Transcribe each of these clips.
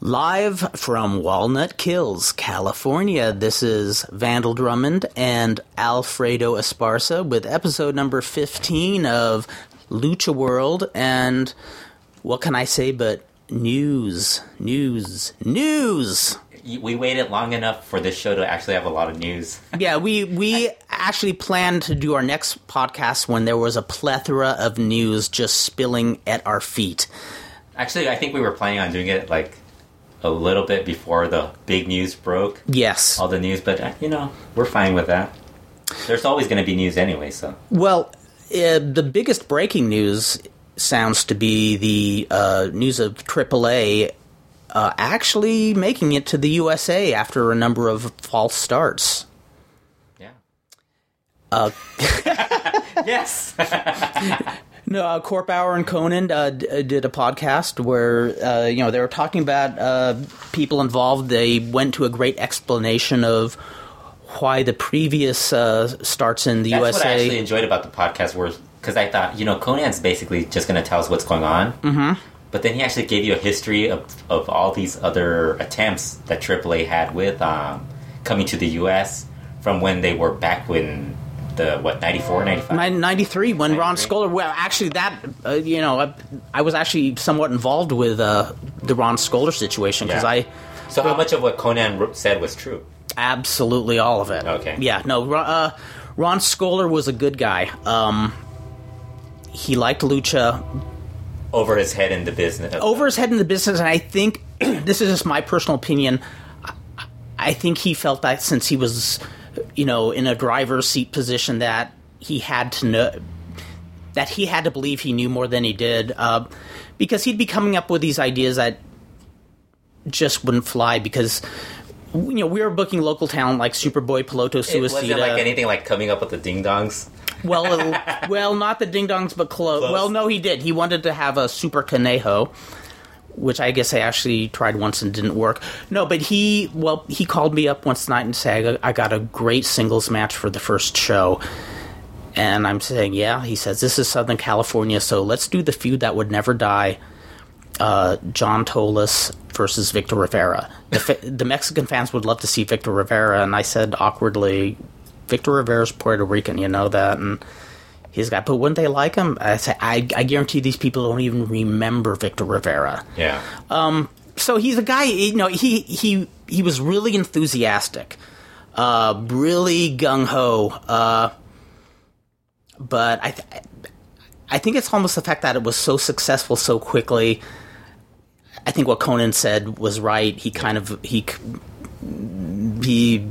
Live from Walnut Kills, California, this is Vandal Drummond and Alfredo Esparza with episode number 15 of Lucha World. And what can I say but news, news, news? Y- We waited long enough for this show to actually have a lot of news. Yeah, we, we actually planned to do our next podcast when there was a plethora of news just spilling at our feet. actually, I think we were planning on doing it like a little bit before the big news broke, Yes. all the news, but uh, you know, we're fine with that. There's always going to be news anyway, so. Well, uh, the biggest breaking news sounds to be the uh, news of AAA uh, actually making it to the USA after a number of false starts. Yeah. Uh, yes! no, uh, Corp Hour and Conan uh, d- uh, did a podcast where uh, you know they were talking about uh, people involved. They went to a great explanation of why the previous uh, starts in the That's what I USA. actually enjoyed about the podcast was because I thought, you know, Conan's basically just going to tell us what's going on. Mm-hmm. But then he actually gave you a history of, of all these other attempts that AAA had with um, coming to the U.S. from when they were back when the, what, 94, 95? Nin- 93 when Ron 93. Scholar well actually that uh, you know I, I was actually somewhat involved with uh, the Ron Scholar situation because Yeah. I so how much of what Conan wr- said was true? absolutely all of it Okay. yeah no Ro- uh, Ron Scholar was a good guy um he liked lucha Over his head in the business. over his head in the business and I think this is just my personal opinion I- I think he felt that since he was you know in a driver's seat position that he had to know that he had to believe he knew more than he did uh, because he'd be coming up with these ideas that just wouldn't fly because you know we were booking local talent like Superboy Piloto It wasn't Suicida like anything like coming up with the ding dongs. well, uh, well, not the Ding Dongs, but close. Close. Well, no, he did. He wanted to have a Super Conejo, which I guess I actually tried once and didn't work. No, but he, well, he called me up once night and said, I I got a great singles match for the first show. And I'm saying, yeah. He says, this is Southern California, so let's do the feud that would never die. Uh, John Tolis versus Victor Rivera. The, fa- the Mexican fans would love to see Victor Rivera, and I said awkwardly, Victor Rivera's Puerto Rican, you know that, and he's got. But wouldn't they like him? I say, I, I guarantee these people don't even remember Victor Rivera. Yeah. So he's a guy. You know, he he he was really enthusiastic, uh, really gung ho. Uh, but I, th- I think it's almost the fact that it was so successful so quickly. I think what Conan said was right. He kind of he c- he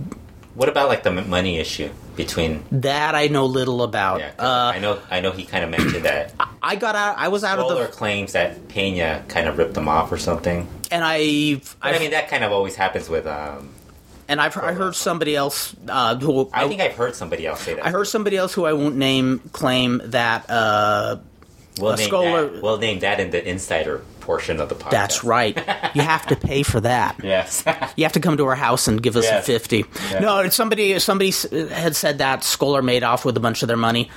What about like the m- money issue between? that I know little about. Yeah, 'cause uh, I know. I know he kind of mentioned that. I got out. I was out of Roller the, claims that Pena kind of ripped them off or something. and I, But, I I mean, that kind of always happens with. Um, and I've I heard somebody else uh, who I think I've heard somebody else say that. I heard somebody else who I won't name claim that uh, we'll a name scholar- That, we'll name that in the insider portion of the podcast. that's right. you have to pay for that. Yes. You have to come to our house and give us Yes. a fifty. Yeah. No, it's somebody somebody s- had said that Scholar made off with a bunch of their money.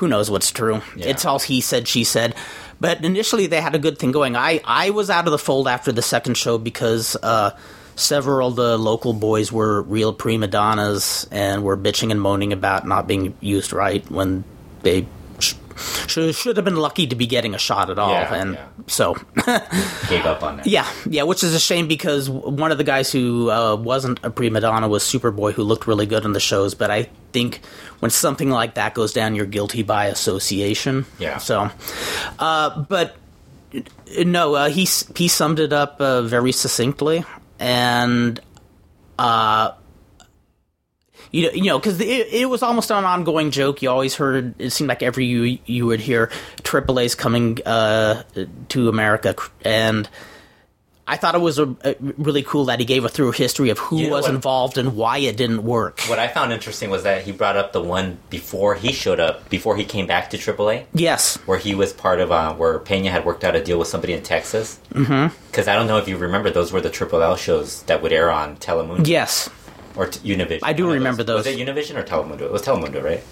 Who knows what's true? Yeah. It's all he said, she said. But initially, they had a good thing going. I I was out of the fold after the second show because uh, several of the local boys were real prima donnas and were bitching and moaning about not being used right when they. Sh- sh- should have been lucky to be getting a shot at all, Yeah, and yeah. so Gave up on that. yeah, yeah, which is a shame because w- one of the guys who uh, wasn't a prima donna was Superboy, who looked really good on the shows. But I think when something like that goes down, you're guilty by association. Yeah. So, uh, but uh, no, uh, he s- he summed it up uh, very succinctly, and uh, you know, you know, because it, it was almost an ongoing joke. You always heard. It seemed like every you you would hear AAA's coming uh, to America, and I thought it was a, a really cool that he gave a through history of who You know was what- involved and why it didn't work. What I found interesting was that he brought up the one before he showed up, before he came back to AAA. Yes. where he was part of uh, where Pena had worked out a deal with somebody in Texas. Because mm-hmm. I don't know if you remember, those were the Triple L shows that would air on Telemundo Yes. or t- Univision. I do One of remember those. those. Was it Univision or Telemundo? It was Telemundo, right?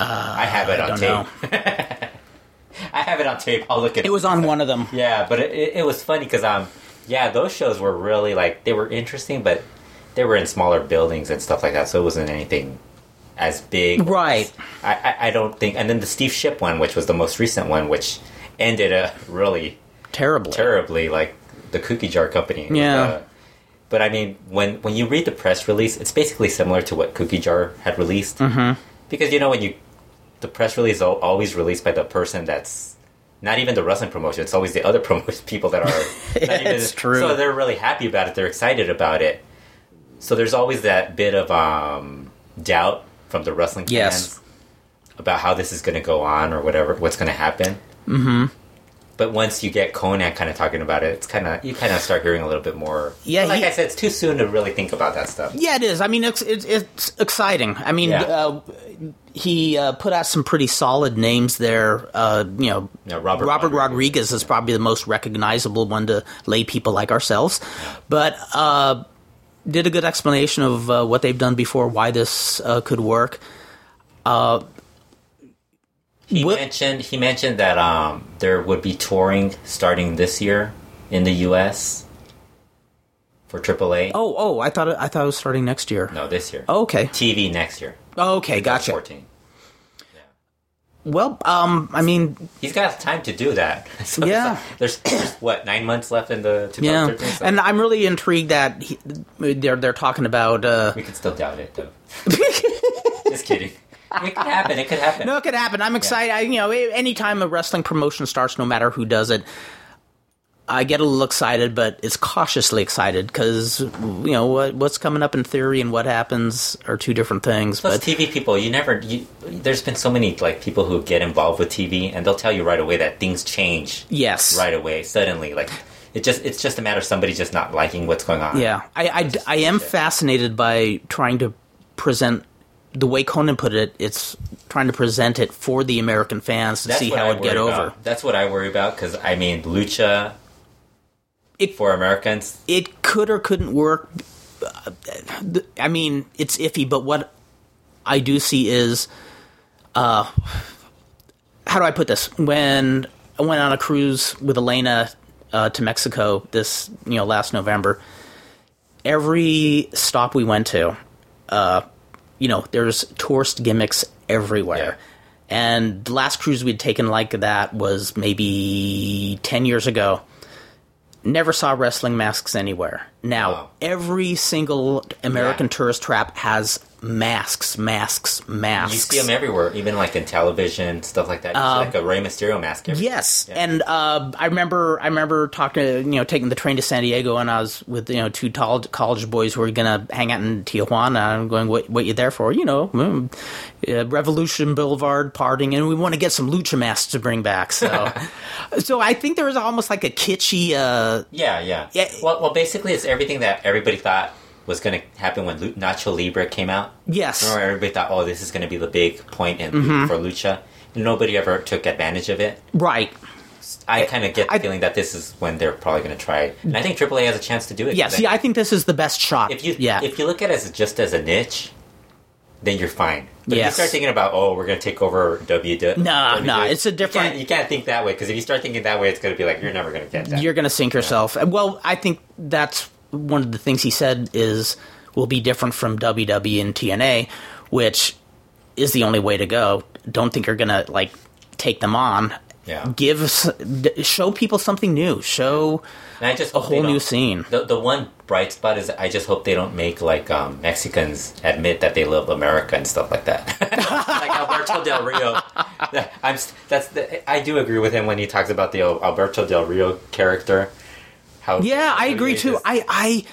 Uh, I have it on don't tape. I have it on tape. I'll look at It was on one of them. Yeah, but it, it, it was funny because um, Yeah, those shows were really like they were interesting, but they were in smaller buildings and stuff like that, so it wasn't anything as big. Right. I, I, I don't think. And then the Steve Ship one, which was the most recent one, which ended uh, really Terrible. terribly, like the Cookie Jar Company. Yeah. Uh, but I mean, when when you read the press release, it's basically similar to what Cookie Jar had released. Mm-hmm. Because you know when you the press release is al- always released by the person that's not even the wrestling promotion. It's always the other promotion people that are. Not even, It's true. So they're really happy about it. They're excited about it. So there's always that bit of um, doubt from the wrestling fans Yes. about how this is going to go on or whatever, what's going to happen. Mm-hmm. But once you get Conan kind of talking about it, it's kind of you kind of start hearing a little bit more. Yeah, like he- I said, it's too soon to really think about that stuff. Yeah, it is. I mean, it's it's, it's exciting. I mean, Yeah. uh, he uh, put out some pretty solid names there. Uh, you know, Yeah, Robert Rodriguez. Rodriguez. is probably the most recognizable one to lay people like ourselves, but uh, did a good explanation of uh, what they've done before, why this uh, could work. Uh, He What- mentioned he mentioned that um, there would be touring starting this year in the U.S. for AAA. Oh, oh, I thought it, I thought it was starting next year. No, this year. Okay, TV next year. okay, gotcha. Fourteen. Well, um, I mean, He's got time to do that. So it's Yeah. like- there's, there's what nine months left in the 2013. yeah, so and I'm really intrigued that he, they're they're talking about. Uh, we could still doubt it though. Just kidding. It could happen. It could happen. No, it could happen. I'm excited. I, you know, a- anytime a wrestling promotion starts, no matter who does it, I get a little excited, but it's cautiously excited because you know what, what's coming up in theory and what happens are two different things. Plus, but TV people, you never. You, there's been so many like people who get involved with TV, and they'll tell you right away that things change yes, right away, suddenly. Like it just, it's just a matter of somebody just not liking what's going on. Yeah, I, I, I am fascinated by trying to present the way Conan put it. It's trying to present it for the American fans to That's see what I how it get worry over. about. That's what I worry about because I mean, lucha It- for Americans. it could or couldn't work. I mean, it's iffy, but what I do see is, uh, how do I put this? When I went on a cruise with Elena uh, to Mexico this, you know, last November, every stop we went to, uh, you know, there's tourist gimmicks everywhere. Yeah. And the last cruise we'd taken like that was maybe 10 years ago never saw wrestling masks anywhere. Now, Wow. every single American Yeah. tourist trap has masks, masks, masks. You see them everywhere, even like in television stuff like that. You see, like Um, a Rey Mysterio mask. everywhere. Yes, and uh, I remember I remember talking, to, you know, taking the train to San Diego, and I was with you know two tall college boys who were gonna hang out in Tijuana. I'm going, what what you there for? You know, mm, uh, Revolution Boulevard partying, and we want to get some lucha masks to bring back. So, so I think there was almost like a kitschy. Uh, Yeah, yeah. Yeah. Well, well, basically, it's everything that everybody thought was going to happen when Lu- Nacho Libre came out. yes, Remember, everybody thought, oh, this is going to be the big point in Mm-hmm. for Lucha. Nobody ever took advantage of it. right. I kind of get the I- feeling that this is when they're probably going to try it, and I think AAA has a chance to do it. Yeah, They- see, I think this is the best shot. if you yeah, if you look at it as just as a niche, then you're fine. But if Yes. you start thinking about oh, we're going to take over WW, Nah, WWE, nah, it's a you can't- You different- can't, think that way because if you start thinking that way, it's going to be like you're never going to get that. you're going to sink yourself. And, Well, I think that's one of the things he said is will be different from WWE and TNA, which is the only way to go. Don't think you're going to like take them on. Yeah. Give s- d- show people something new. Show And I just a whole new scene. The the one bright spot is I just hope they don't make like um, Mexicans admit that they love America and stuff like that. like Alberto Del Rio. I'm s- that's the, I do agree with him when he talks about the Al- Alberto Del Rio character. How Yeah, I how he agree is too. just- I I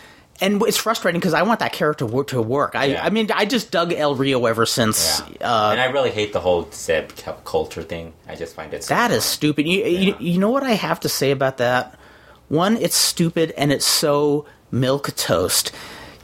and it's frustrating because I want that character wor- to work. I Yeah. I mean, I just dug El Rio ever since yeah. uh, and I really hate the whole Zeb culture thing. I just find it so That is stupid. You, you, Yeah. you know what I have to say about that? One, it's stupid and it's so milk toast.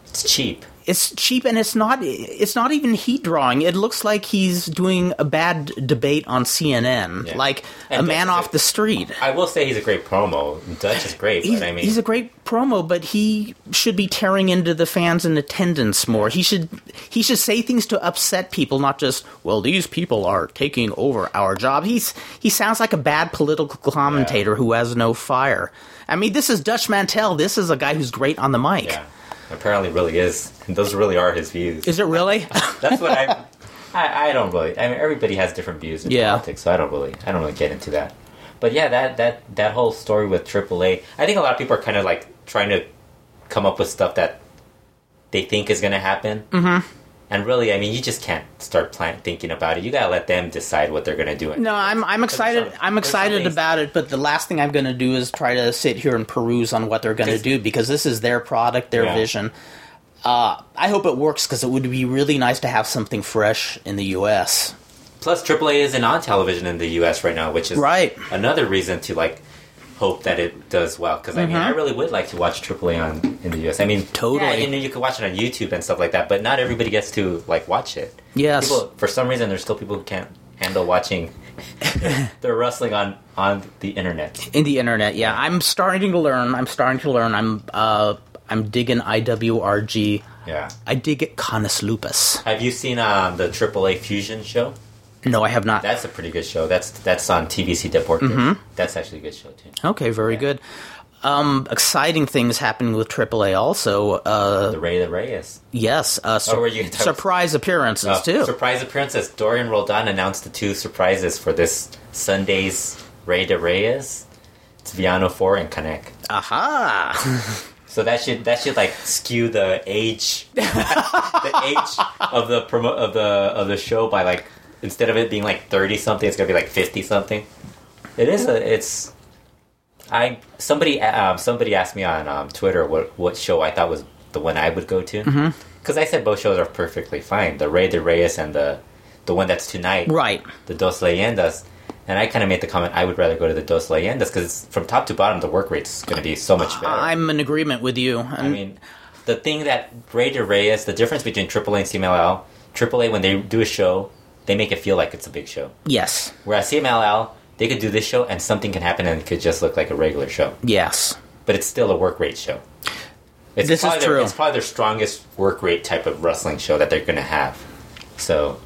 it's cheap. It's cheap and it's not it's not even heat drawing. It looks like he's doing a bad debate on CNN, Yeah. like And a man that's- off the street. I will say he's a great promo. Dutch is great, He's, but I mean, he's a great promo, but he should be tearing into the fans in attendance more. He should he should say things to upset people, not just well, these people are taking over our job. He's he sounds like a bad political commentator who has no fire. I mean, this is Dutch Mantel. This is a guy who's great on the mic. yeah, apparently really is. Those really are his views. Is it really? That's what I, I. I don't really. I mean, everybody has different views in Yeah. politics, so I don't really. I don't really get into that. But yeah, that that that whole story with AAA, I think a lot of people are kind of like trying to come up with stuff that they think is going to happen. Mm-hmm. And really, I mean, you just can't start plan- thinking about it. You gotta let them decide what they're going to do. No, I'm I'm excited. some- I'm there's some excited things- about it, but the last thing I'm going to do is try to sit here and peruse on what they're going to Just- do because this is their product, their Yeah. vision. Uh, I hope it works because it would be really nice to have something fresh in the U.S. Plus, AAA isn't on television in the U.S. right now, which is Right. another reason to like hope that it does well. Because I mean, I really would like to watch AAA on in the U.S. I mean, Mm-hmm. Totally. Yeah, you know, you can watch it on YouTube and stuff like that, but not everybody gets to like watch it. Yes. People, for some reason, there's still people who can't handle watching. They're wrestling on on the internet. in the internet. Yeah, I'm starting to learn. I'm starting to learn. I'm uh, I'm digging IWRG. Yeah. I dig it Canis Lupus. Have you seen um, the AAA Fusion show? No, I have not. That's a pretty good show. That's that's on TVC Deportes. Mm-hmm. That's actually a good show too. okay, very good. Um, exciting things happening with AAA also. Uh, The Ray the Reyes. Yes, uh, sur- Oh, were you gonna talk- surprise appearances Uh, too. Surprise appearances. Dorian Roldan announced the two surprises for this Sunday's Rey de Reyes, Viano Four, and Kanek. Aha! So that should that should like skew the age, the age of the promo of the of the show by like instead of it being like thirty something, it's gonna be like fifty something. It is a it's. I somebody um, somebody asked me on um, Twitter what what show I thought was the one I would go to because I said both shows are perfectly fine. The Rey de Reyes and the the one that's tonight, right. the Dos Leyendas. And I kind of made the comment I would rather go to the Dos Leyendas because from top to bottom the work rate's going to be so much better. I'm in agreement with you. I mean, the thing that Ray de Reyes, the difference between AAA and CMLL, AAA, when they do a show, they make it feel like it's a big show. yes, Whereas CMLL, they could do this show and something can happen and it could just look like a regular show. yes. But it's still a work rate show. It's This is probably Their, true. it's probably their strongest work rate type of wrestling show that they're going to have. So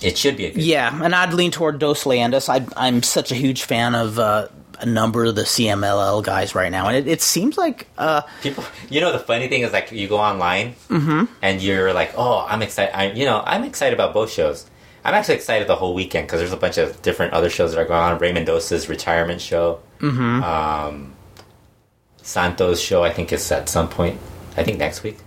it should be a good Yeah, and I'd lean toward Dos Leandas. I, I'm such a huge fan of uh, a number of the CMLL guys right now, and it, it seems like uh, people you know the funny thing is like you go online and you're like oh i'm excited i you know i'm excited about both shows i'm actually excited the whole weekend because there's a bunch of different other shows that are going on ray mendoza's retirement show mm-hmm. um, santos show i think is at some point i think next week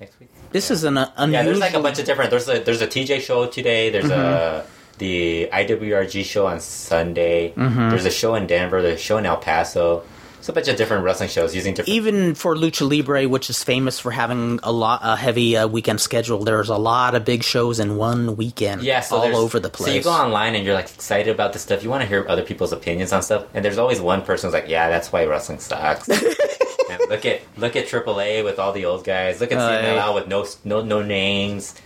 next week this is an uh, unusual. yeah there's like a bunch of different there's a there's a tj show today there's a the IWRG show on Sunday. There's a show in Denver. There's a show in El Paso. It's a bunch of different wrestling shows using different. even for Lucha Libre, which is famous for having a lot a heavy uh, weekend schedule, there's a lot of big shows in one weekend. yeah, so all there's- over the place. So you go online and you're like excited about this stuff. You want to hear other people's opinions on stuff, and there's always one person who's like, "Yeah, that's why wrestling sucks." and look at look at AAA with all the old guys. Look at Aye. CMLL with no no no names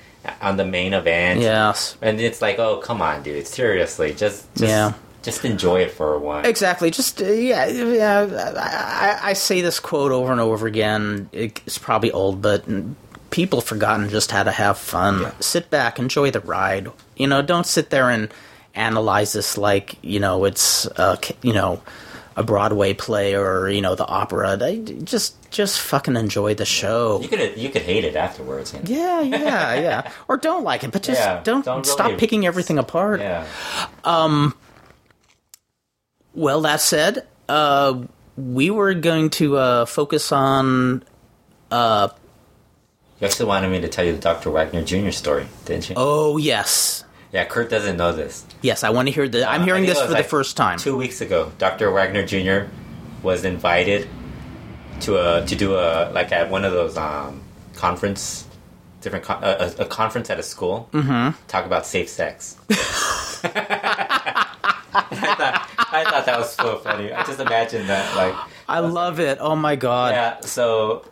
on the main event. yes. and it's like, oh come on, dude, seriously, just, just Yeah. just enjoy it for a while. Exactly. Just uh, yeah, yeah. I, I- I say this quote over and over again. It- It's probably old, but people have forgotten just how to have fun. Sit back, enjoy the ride. You know, don't sit there and analyze this like you know it's uh, c- you know a Broadway play or you know the opera. They, just just fucking enjoy the show. You could you could hate it afterwards. You know? Yeah, yeah, yeah. Or don't like it, but just Yeah, don't, don't stop really- picking everything apart. yeah. Well, that said, uh, we were going to uh, focus on. You actually wanted me to tell you the Dr. Wagner Jr. story, didn't you? Oh yes, Yeah, Kurt doesn't know this. yes. I want to hear the. I'm Uh, hearing I this think it for was the like first time. Two weeks ago, Dr. Wagner Jr. was invited to a to do a like at one of those um, conference, different con- a, a a conference at a school. Mm-hmm. Talk about safe sex. I thought I thought that was so funny. I just imagined that like I love it. Oh my god. yeah. So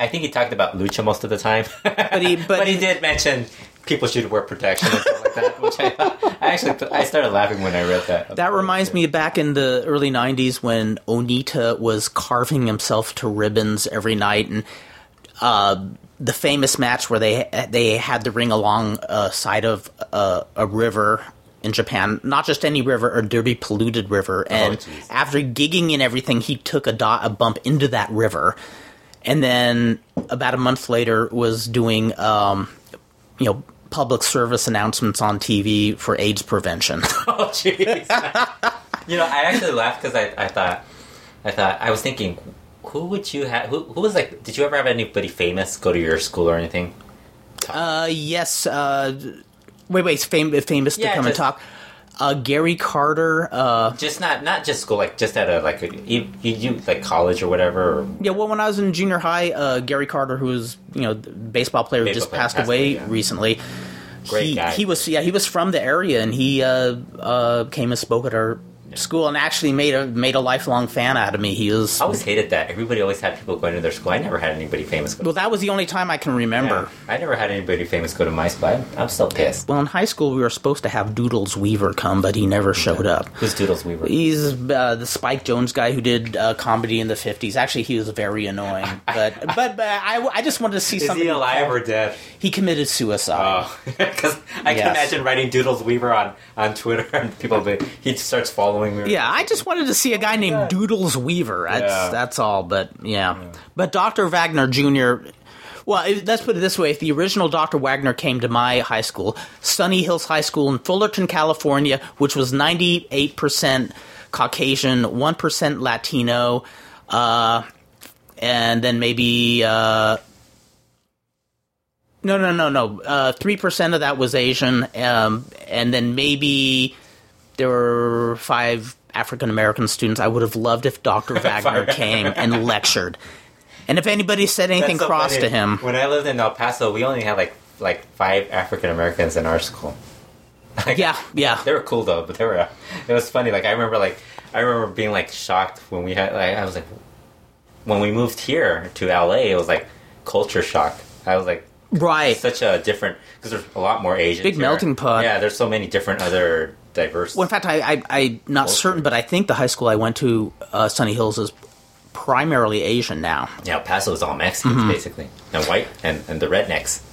I think he talked about lucha most of the time, but he- he but but, he he- did mention people should wear protection and stuff like that. Which I, thought- I actually I started laughing when I read that. That reminds me back in the early 90s when Onita was carving himself to ribbons every night and uh, the famous match where they they had the ring along a side of a, a river in Japan, not just any river, a dirty, polluted river. And Oh, jeez. after gigging and everything, he took a, dot, a bump into that river. And then about a month later was doing, um, you know, public service announcements on TV for AIDS prevention. Oh jeez. you know, I actually laughed because I, I thought I thought I was thinking, who would you have? Who, who was like? Did you ever have anybody famous go to your school or anything? Uh, yes. Uh, wait, wait. Fam- famous to Yeah, come and just- talk. Uh, Gary Carter. Uh, Just not not just school, like just at a like a, you, you you like college or whatever. Or, yeah. Well, when I was in junior high, uh, Gary Carter, who was you know the baseball player, who Baseball just player, passed passed away away, yeah. recently. Great he, guy. He was yeah. He was from the area, and he uh, uh, came and spoke at our school, and actually made a made a lifelong fan out of me. He was I always hated that. Everybody always had people going to their school. I never had anybody famous go. well. That was the only time I can remember. I never had anybody famous go to my school. I'm, I'm still pissed. Well, in high school, we were supposed to have Doodles Weaver come, but he never showed up. Who's Doodles Weaver? He's uh, the Spike Jones guy who did uh, comedy in the fifties. Actually, he was very annoying, but but, but I, I just wanted to see Is something. he alive or dead? He committed suicide. Because I Yes. can imagine writing Doodles Weaver on, on Twitter and people, be, he starts following me. yeah, I just wanted to see a guy named Doodles Weaver. That's Yeah. that's all. But yeah, but Doctor Wagner Jr. Well, if- let's put it this way: if the original Doctor Wagner came to my high school, Sunny Hills High School in Fullerton, California, which was ninety-eight percent Caucasian, one percent Latino, uh, and then maybe. Uh, no, no, no, no. Three percent of that was Asian, um, and then maybe there were five African American students. I would have loved if Dr. Wagner came and lectured. And if anybody said anything so cross funny. to him, When I lived in El Paso, we only had like like five African Americans in our school. Like, yeah, yeah. They were cool though, but they were. It was funny. Like I remember, like I remember being like shocked when we had. Like I was like, when we moved here to LA, it was like culture shock. I was like, Right. such a different because there's a lot more Asians. Big here. melting pot. Yeah, there's so many different other diverse. Well, in fact, I, I, I'm not certain, but I think the high school I went to, uh, Sunny Hills, is primarily Asian now. Yeah, El Paso is all Mexicans Mm-hmm. basically, and white and, and the rednecks.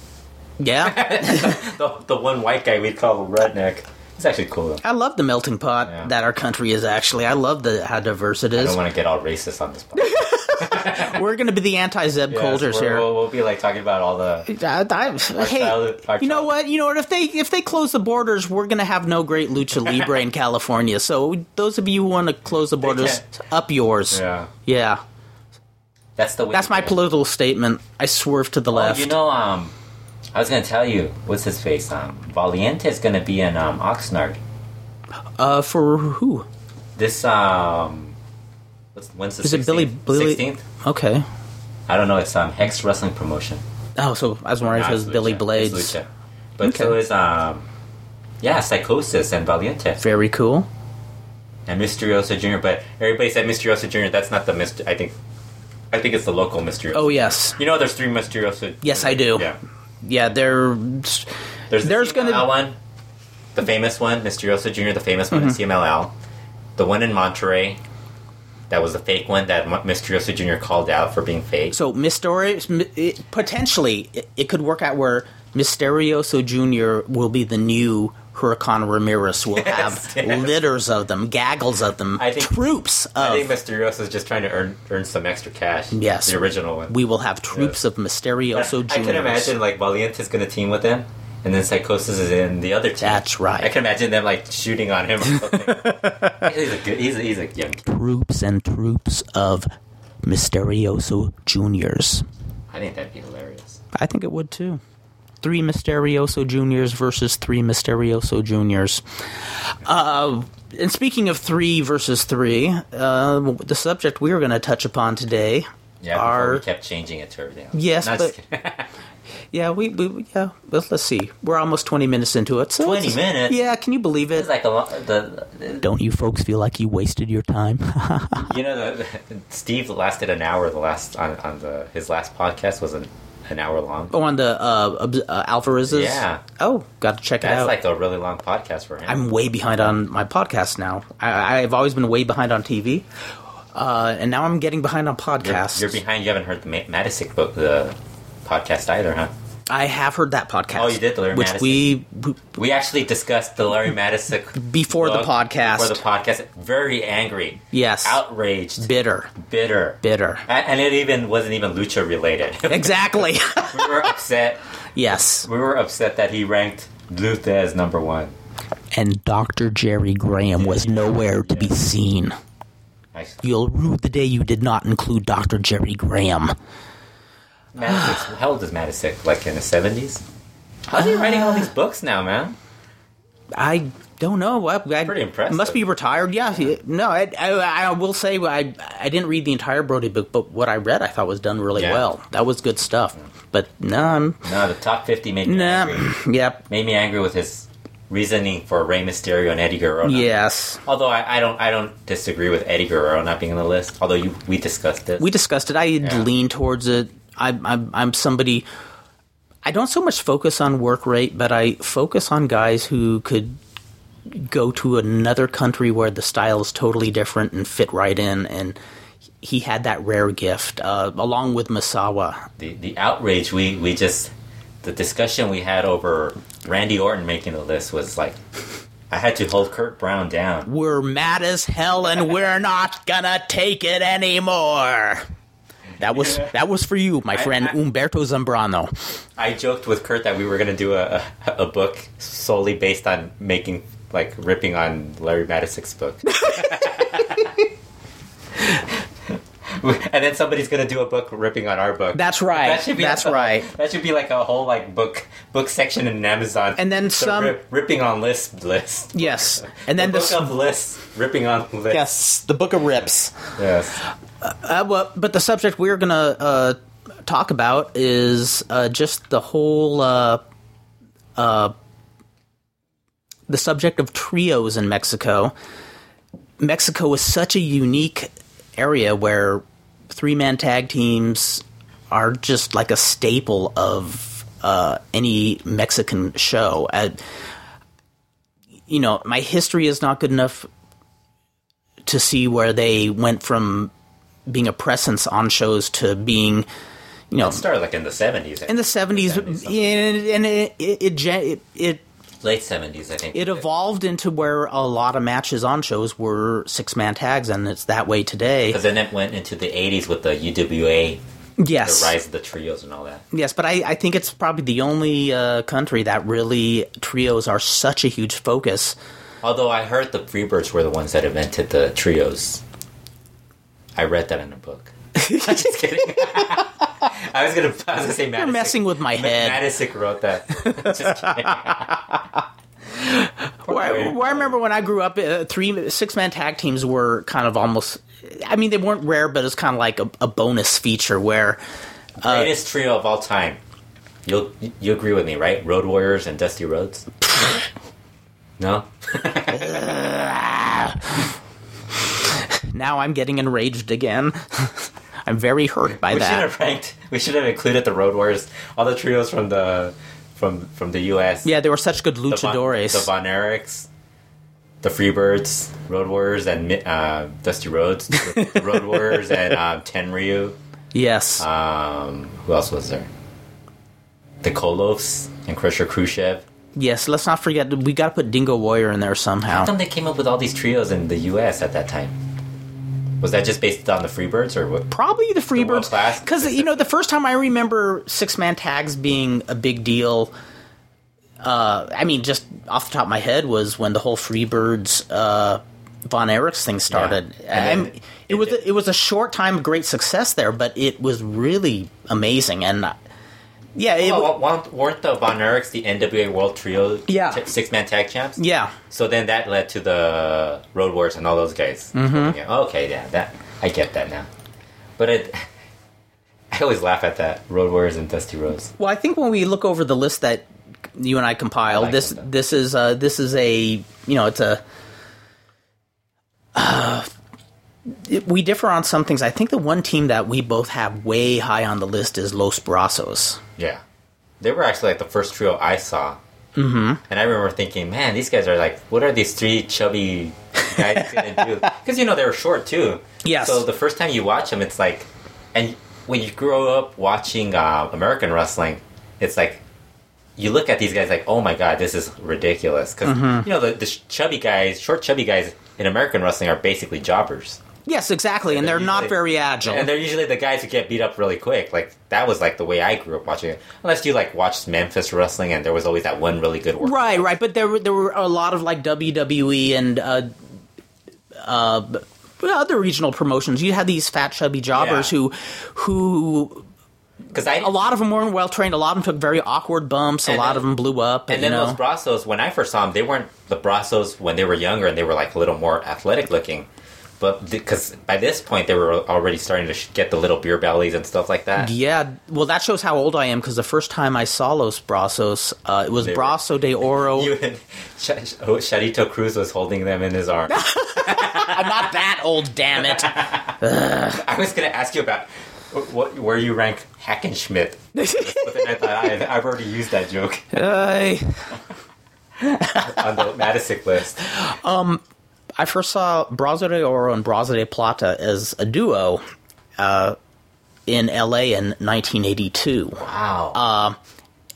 Yeah. The, the one white guy we'd call the redneck. He's actually cool though. I love the melting pot Yeah. that our country is actually. I love the how diverse it I is. don't want to get all racist on this podcast. We're going to be the anti Zeb Yes, Colders we're- here. We'll, we'll be like talking about all the. I, I, hey, childhood- our you know childhood. what? You know what? If they if they close the borders, we're gonna have no great lucha libre in California. So those of you who want to close the borders, up yours. Yeah, Yeah. that's the way. that's to my do it. political statement. I swerve to the Oh, left. you know, um, I was gonna tell you what's his face. Um, Valiente is gonna be in um, Oxnard. uh, for who? This um, what's when's the Is it Billy- Billy- Sixteenth? Okay. I don't know. It's um Hex Wrestling Promotion. Oh, so I was wondering if it was Not Billy Lucha. It's Blades. Lucha. But so Okay. is um, yeah, Psychosis and Valiente Very cool. and Mysterioso Jr. But everybody said Mysterioso Jr. That's not the Myster. I think, I think it's the local Mysterioso. Oh yes, You know, there's three Mysterioso. Yes, I do. Yeah. yeah. They're There's, the There's gonna- CMLL one, the famous one, Mysterioso Jr. The famous Mm-hmm. one in CMLL, the one in Monterey, that was the fake one that Mo- Mysterioso Jr. called out for being fake. so Mysterio. It, potentially, it, it could work out where Mysterioso Jr. will be the new Hurricane Ramirez. Will have Yes, yes. litters of them, gaggles of them, I think- troops of. I think Mysterioso is just trying to earn earn some extra cash. Yes. the original one. we will have troops of Mysterioso Jr. I can imagine like Valiente's going to team with him, and then Psychosis is in the other team. That's right. I can imagine them like shooting on him. Or something. he's a good. He's a, he's a young. kid. troops and troops of Mysterioso Juniors. I think that'd be hilarious. I think it would too. Three Mysterioso Juniors versus three Mysterioso Juniors. Uh, and speaking of three versus three, uh, the subject we are going to touch upon today Yeah, before are we kept changing it to everything. else. Yes, No, but- just kidding. Yeah, we, we yeah. Let's, let's see. We're almost twenty minutes into it. So 20 it's- minutes? Yeah, can you believe it? It's like a, lo- the, the Don't you folks feel like you wasted your time? you know the, the- Steve lasted an hour. The last on, on the his last podcast was an, an hour long. oh, on the uh, obs- uh, Alvarez's. Yeah. Oh, got to check it That's out. like a really long podcast for him. I'm way behind on my podcast now. I, I've always been way behind on TV, uh, and now I'm getting behind on you're, podcasts. you're behind. You haven't heard the Ma- Matisic book, the podcast either, huh? I have heard that podcast. Oh, you did, Larry which Madison. we we- We actually discussed the Larry Matisic Before the book podcast. Before the podcast, very angry, yes, outraged, bitter, bitter, bitter. A- and it even wasn't even lucha related. Exactly. we were upset. yes, We were upset that he ranked Lucha as number one. and Dr. Jerry Graham was nowhere to be seen. Actually, You'll rue the day you did not include Dr. Jerry Graham. Matisic, how old is Matisic? Like in the seventies? How's he writing all these books now, man? I don't know. I, I, Pretty impressive. Must be retired. Yeah. he- No, I, I, I will say I I didn't read the entire Brody book, but what I read I thought was done really Yeah. well. That was good stuff. But no, I'm No, the top fifty made me nah, angry. yep. Made me angry with his reasoning for Rey Mysterio and Eddie Guerrero. Yes. Although I, I don't, I don't disagree with Eddie Guerrero not being on the list. Although you, we discussed this. we discussed it. I lean towards it. I'm, I'm, I'm somebody. I don't so much focus on work rate, but I focus on guys who could go to another country where the style is totally different and fit right in. And he had that rare gift, uh, along with Masawa. the, the outrage we, we just the discussion we had over Randy Orton making the list was like I had to hold Kurt Brown down. We're mad as hell, and we're not gonna take it anymore. That was Yeah. that was for you, my friend I- Umberto Zambrano. I joked with Kurt that we were gonna do a, a, a book solely based on making like ripping on Larry Matisick's book. and then somebody's gonna do a book ripping on our book. That's right. That's like a- right. That should be like a whole like book book section in Amazon. And then The some- rip- ripping on list list. Yes, and then the this. book of lists, ripping on lists. Yes, the book of rips. Yes. Uh, well, but the subject we're going to uh, talk about is uh, just the whole uh, uh, the subject of trios in Mexico. Mexico is such a unique area where three man tag teams are just like a staple of uh, any Mexican show. Uh, you know, my history is not good enough to see where they went from being a presence on shows to being, you know, Started like in the 70s. in the 70s. 70s, something. and, and it, it, it, gen- it, it late 70s, I think. it evolved into where a lot of matches on shows were six man tags, and it's that way today. Because then it went into the 80s with the UWA, the Yes, rise of the trios and all that. yes, but I, I think it's probably the only uh, country that really trios are such a huge focus. Although I heard the Freebirds were the ones that invented the trios. I read that in a book. I'm just kidding. I was gonna, I was gonna say Madison. You're messing with my head. Madison wrote that. Just kidding. Poor Well, I, guy. well, I remember when I grew up, uh, three six man tag teams were kind of almost. I mean, they weren't rare, but it's kind of like a, a bonus feature where Uh, greatest trio of all time. You'll you agree with me, right? Road Warriors and Dusty Rhodes. no, now I'm getting enraged again. I'm very hurt by we should that. have ranked. We should have included the Road Warriors, all the trios from the from from the U.S. Yeah, they were such good the Von, luchadores. the Von Erichs, the Freebirds, Road Warriors, and Mi- uh, Dusty Rhodes, the Road Warriors, and um, Tenryu. yes. Um, who else was there? The Kolovs and Crusher Khrushchev. Yes, let's not forget we got to put Dingo Warrior in there somehow. How come they came up with all these trios in the U.S. at that time? Was that just based on the Freebirds or what? Probably the world class? Freebirds, because you know the first time I remember six man tags being a big deal. Uh, I mean, just off the top of my head was when the whole Freebirds uh, Von Erichs thing started. And then I'm- it- it, was a, it was a short time of great success there, but it was really amazing and uh, yeah, it, Oh, wa- weren't the Von Erichs the NWA World Trio Yeah. six man tag champs? yeah. So then that led to the Road Wars and all Oh, those guys. Yeah, Okay, yeah, that I get that now. But it, I always laugh at that. Road Warriors and Dusty Rose. Well, I think when we look over the list that you and I compiled, like this them, though. this is uh, this is a you know it's a. Uh, it- we differ on some things. I think the one team that we both have way high on the list is Los Brazos. Yeah. They were actually like the first trio I saw. Mm-hmm. And I remember thinking, man, these guys are like, what are these three chubby guys going to do? Because, you know, they were short too. Yes. So the first time you watch them, it's like, and when you grow up watching uh, American wrestling, it's like, you look at these guys like, oh my god, this is ridiculous. Because, you know, the, the chubby guys, short chubby guys in American wrestling are basically jobbers. Yes, exactly, and they're they're not usually- very agile. And they're usually the guys who get beat up really quick. Like that was like the way I grew up watching it. Unless you like watched Memphis wrestling, and there was always that one really good work. Right, right, but there were there were a lot of like WWE and uh, uh, b- other regional promotions. You had these fat chubby jobbers Yeah. who who Because I a lot of them weren't well trained. A lot of them took very awkward bumps. A And lot then- of them blew up. And you then know. those Brazos, when I first saw them, they weren't the Brazos when they were younger, and they were like a little more athletic looking. But because by this point they were already starting to sh- get the little beer bellies and stuff like that. yeah, well, that shows how old I am because the first time I saw Los Brazos, uh, it was They were- Brazo de Oro. You and Ch- oh, Charito Cruz was holding them in his arms. I'm not that old, damn it. I was going to ask you about what where you rank Hackenschmidt, but then I thought I, I've already used that joke. I, on the Matisic list. I first saw Brazo de Oro and Brazo de Plata as a duo uh, in LA in 1982. Wow. Uh,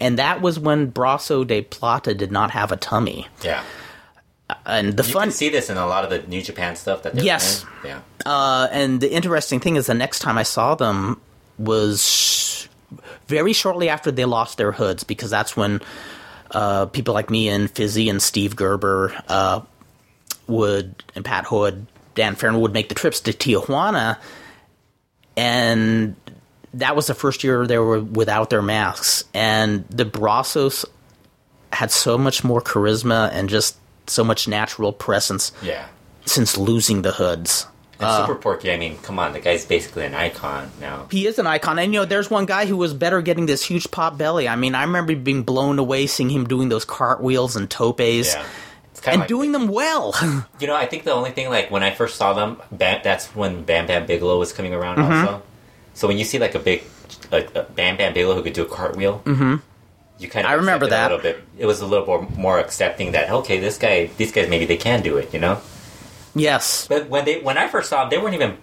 and that was when Brasso de Plata did not have a tummy. yeah. And the You fun, can see this in a lot of the New Japan stuff that they're Yes. in. Yeah. uh, and the interesting thing is, the next time I saw them was very shortly after they lost their hoods, because that's when uh, people like me and Fizzy and Steve Gerber uh, would and Pat Hood, Dan Farron would make the trips to Tijuana, and that was the first year they were without their masks, and the Brazos had so much more charisma and just so much natural presence Yeah. since losing the hoods. And uh, Super Porky, I mean, come on, the guy's basically an icon now. He is an icon, and you know, there's one guy who was better getting this huge pop belly. I mean, I remember being blown away seeing him doing those cartwheels and topes, Yeah. It's kind and of doing them well. You know, I think the only thing, like, when I first saw them, Bam, that's when Bam Bam Bigelow was coming around Mm-hmm. also. So when you see, like, a big, like, a Bam Bam Bigelow who could do a cartwheel, mm-hmm. you kind of. I remember accept that. it A little bit. It was a little more, more accepting that, okay, this guy, these guys, maybe they can do it, you know? yes, But when they when I first saw them, they weren't even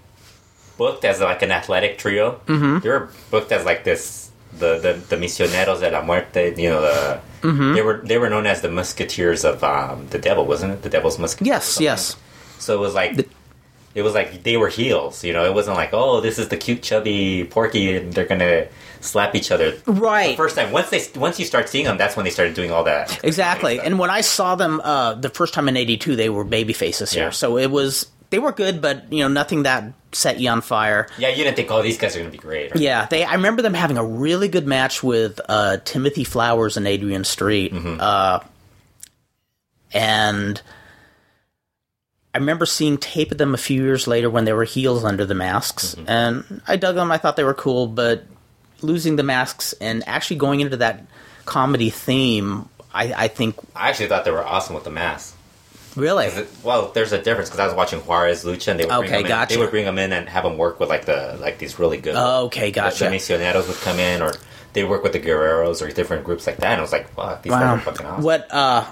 booked as like an athletic trio. Mm-hmm. They were booked as like this the the, the Misioneros de la Muerte. You know the Mm-hmm. they were they were known as the Musketeers of um, the Devil, wasn't it? The Devil's Musketeers. or yes, something. yes. So it was like. it was like they were heels, you know. It wasn't like, oh, this is the cute, chubby Porky, and they're gonna slap each other. Right. First time, once they once you start seeing them, that's when they started doing all that. Exactly. And when I saw them uh, the first time in '82, they were baby faces here, Yeah. so it was they were good, but you know, nothing that set you on fire. Yeah, you didn't think, oh, these guys are gonna be great. Or, Yeah, they. I remember them having a really good match with uh, Timothy Flowers and Adrian Street, uh, and I remember seeing tape of them a few years later when they were heels under the masks, and I dug them. I thought they were cool, but losing the masks and actually going into that comedy theme, I, I think I actually thought they were awesome with the mask. really. Well, there's a difference because I was watching Juarez Lucha, and they would bring Okay, them gotcha. in. They would bring them in and have them work with like the like these really good. Okay, The gotcha. Misioneros would come in, or they work with the Guerreros or different groups like that. And I was like, fuck, these guys are fucking awesome. What uh,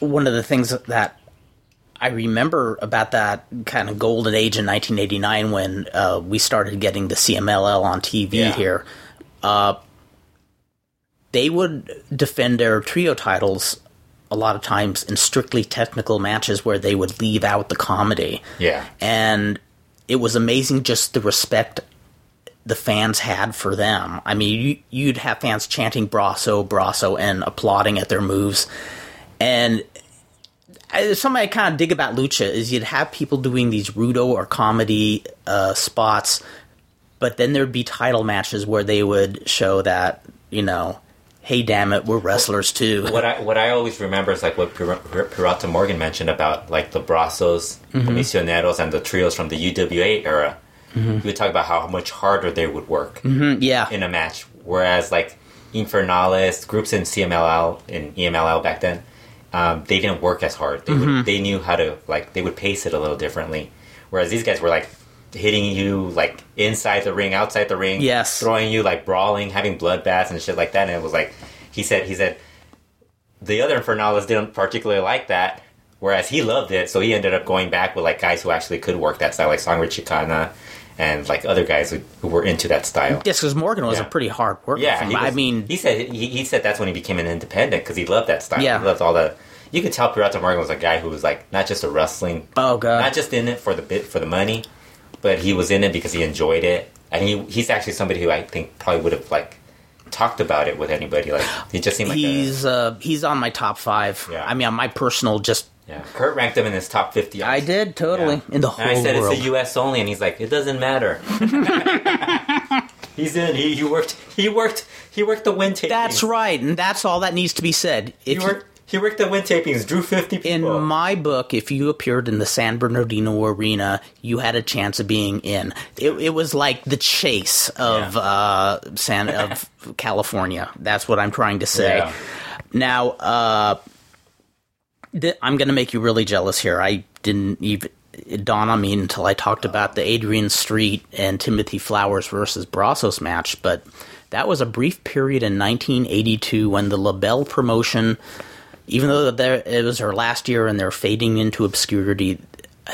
one of the things that I remember about that kind of golden age in 1989 when uh, we started getting the CMLL on TV Yeah. here, uh, they would defend their trio titles a lot of times in strictly technical matches where they would leave out the comedy Yeah, and it was amazing just the respect the fans had for them. I mean, you, you'd have fans chanting "Brasso, Brasso" and applauding at their moves, and I- something I kind of dig about lucha is you'd have people doing these rudo or comedy uh, spots, but then there'd be title matches where they would show that you know, hey, damn it, we're wrestlers too. what I what I always remember is like what Pir- Pir- Pirata Mm-hmm. Morgan mentioned about like the Brazos, the Misioneros, and the trios from the UWA era. he would talk about how much harder they would work Yeah. in a match. Whereas like Infernalis groups in CMLL in E EMLL back then, um, they didn't work as hard. They Mm-hmm. would, they knew how to like they would pace it a little differently. Whereas these guys were like hitting you like inside the ring, outside the ring, Yes. throwing you like brawling, having bloodbaths and shit like that. And it was like he said he said the other Infernalis didn't particularly like that. Whereas he loved it, so he ended up going back with like guys who actually could work that style, like Sangre Chicana, and like other guys who, who were into that style. Yes, because Morgan was Yeah. a pretty hard worker. Yeah, for he him. I was- mean, he said he, he said that's when he became an independent because he loved that style. Yeah. he loved all the. You could tell Pirata Morgan was a guy who was like not just a wrestling, oh not god, just in it for the bit for the money, but he was in it because he enjoyed it, and he he's actually somebody who I think probably would have like talked about it with anybody. Like he just seemed like a, he's uh, he's on my top five. Yeah. I mean, on my personal, just yeah. Kurt ranked him in his top fifty. I did totally Yeah. in the and whole I said world. it's the U.S. only, and he's like, it doesn't matter. he's in. He, he worked. He worked. He worked the win taking. that's right, and that's all that needs to be said. If He you- worked. He worked the win tapings. Drew fifty people. in my book, if you appeared in the San Bernardino Arena, you had a chance of being in. It, it was like the chase of Yeah. uh, San of California. That's what I'm trying to say. Yeah. Now, uh, th- I'm going to make you really jealous here. I didn't even it dawned on me until I talked about the Adrian Street and Timothy Flowers versus Brazos match, but that was a brief period in 1982 when the LaBelle promotion, even though there, it was their last year and they're fading into obscurity,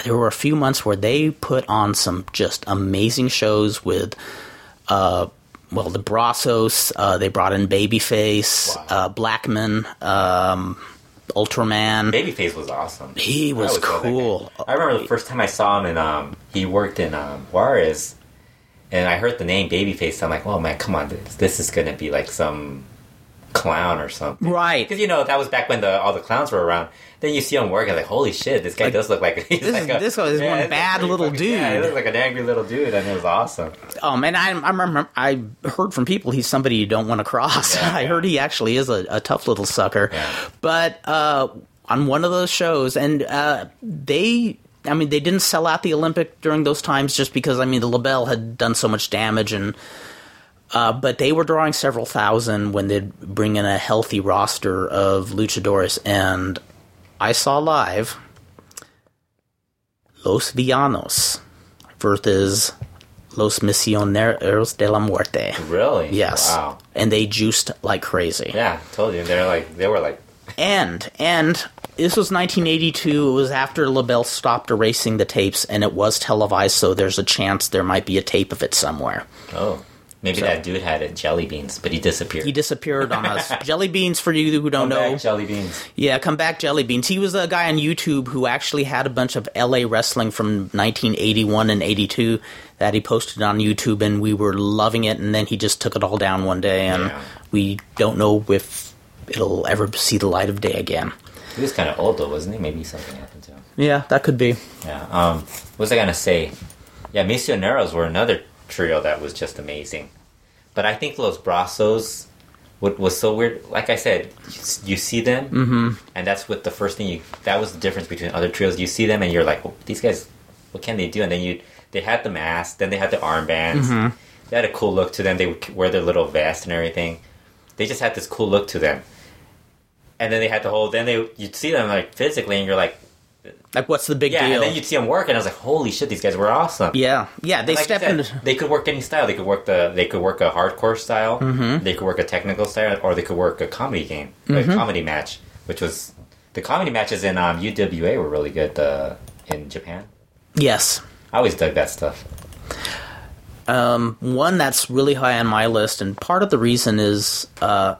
there were a few months where they put on some just amazing shows with uh, well, the Brazos. Uh, they brought in Babyface, Wow. uh, Blackman, um, Ultraman. Babyface was awesome. He I was always loved that cool. guy. I remember the first time I saw him, and um, he worked in um, Juarez, and I heard the name Babyface. I'm like, oh man, come on, this, this is gonna be like some clown or something, Right. Because you know that was back when the all the clowns were around. Then you see him working, like, holy shit, this guy does look like he's this like is- this guy is one this bad pretty little Yeah, he dude. looks like an angry little dude, and it was awesome. Um, and I, I remember I heard from people he's somebody you don't want to cross. Yeah, I yeah. heard he actually is a, a tough little sucker. Yeah. But uh, on one of those shows, and uh, they. I mean, they didn't sell out the Olympic during those times just because, I mean, the LaBelle had done so much damage and Uh, but they were drawing several thousand when they'd bring in a healthy roster of luchadores. And I saw live Los Villanos versus Los Misioneros de la Muerte. Really? Yes. Wow. And they juiced like crazy. Yeah, told you. They're like they were like And, and this was 1982. It was after LaBelle stopped erasing the tapes and it was televised, so there's a chance there might be a tape of it somewhere. Oh, maybe that dude had it jelly beans, but he disappeared. He disappeared on us. Jelly beans, for you who don't Come back, know, jelly beans. Yeah, come back, Jelly Beans. He was a guy on YouTube who actually had a bunch of LA wrestling from 1981 and 82 that he posted on YouTube, and we were loving it. And then he just took it all down one day, and Yeah. we don't know if it'll ever see the light of day again. He was kind of old though, wasn't he? Maybe something happened to him. Yeah, that could be. Yeah. Um, what was I gonna say? Yeah, Misioneros were another trio that was just amazing. But I think Los Brazos what was so weird. Like I said, you, s- you see them, and that's what the first thing you. That was the difference between other trios. You see them, and you're like, well, these guys, what can they do? And then you, they had the mask, then they had the armbands. They had a cool look to them. They would wear their little vest and everything. They just had this cool look to them. And then they had the whole. Then they, you'd see them like physically, and you're like, Like, what's the big yeah, deal? and then you'd see them work, and I was like, "Holy shit, these guys were awesome!" yeah, yeah, they Like you step said, into. They could work any style. They could work the. They could work a hardcore style. Mm-hmm. They could work a technical style, or they could work a comedy game, a comedy match, which was the comedy matches in um, UWA were really good uh, in Japan. Yes. I always dug that stuff. One that's really high on my list, and part of the reason is uh,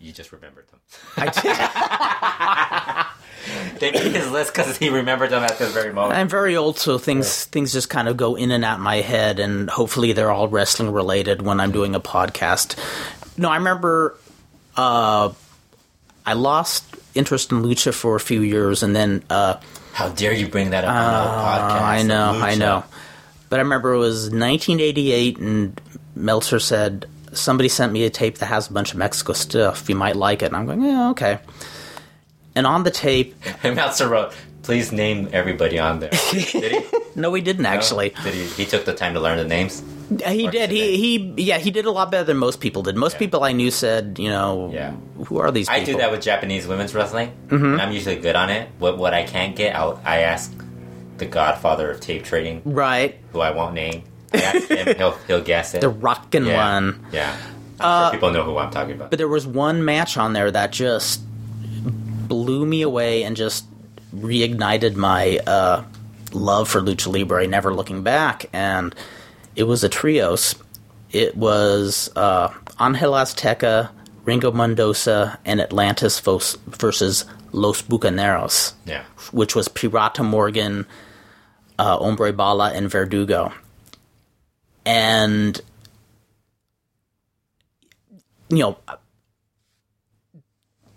You just remembered them. I they made his list because he remembered them at this very moment. I'm very old, so things things just kind of go in and out my head, and hopefully they're all wrestling related when I'm doing a podcast. No, I remember uh, I lost interest in lucha for a few years, and then uh, How dare you bring that up on our podcast? Ah, I know, I Lucha. know. But I remember it was 1988, and Meltzer said somebody sent me a tape that has a bunch of Mexico stuff. You might like it, and I'm going, yeah, okay. And on the tape, And Meltzer wrote, Please name everybody on there. Did he? No, he didn't actually. No? Did he? He took the time to learn the names. He Or did. He, he yeah. He did a lot better than most people did. Most Yeah. people I knew said, you know, Yeah. who are these? people? Mm-hmm. I do that with Japanese women's wrestling, and I'm usually good on it. What what I can't get, I'll, I ask the Godfather of tape trading, right. who I won't name. I ask him, he'll he'll guess it. The rockin' yeah. one. Uh, yeah. I'm sure people know who I'm talking about. But there was one match on there that just blew me away and just reignited my uh, love for Lucha Libre, never looking back. And it was a trios. It was uh, Angel Azteca, Ringo Mendoza, and Atlantis vos- versus Los Bucaneros, yeah, which was Pirata Morgan, uh, Ombre Bala, and Verdugo. And you know,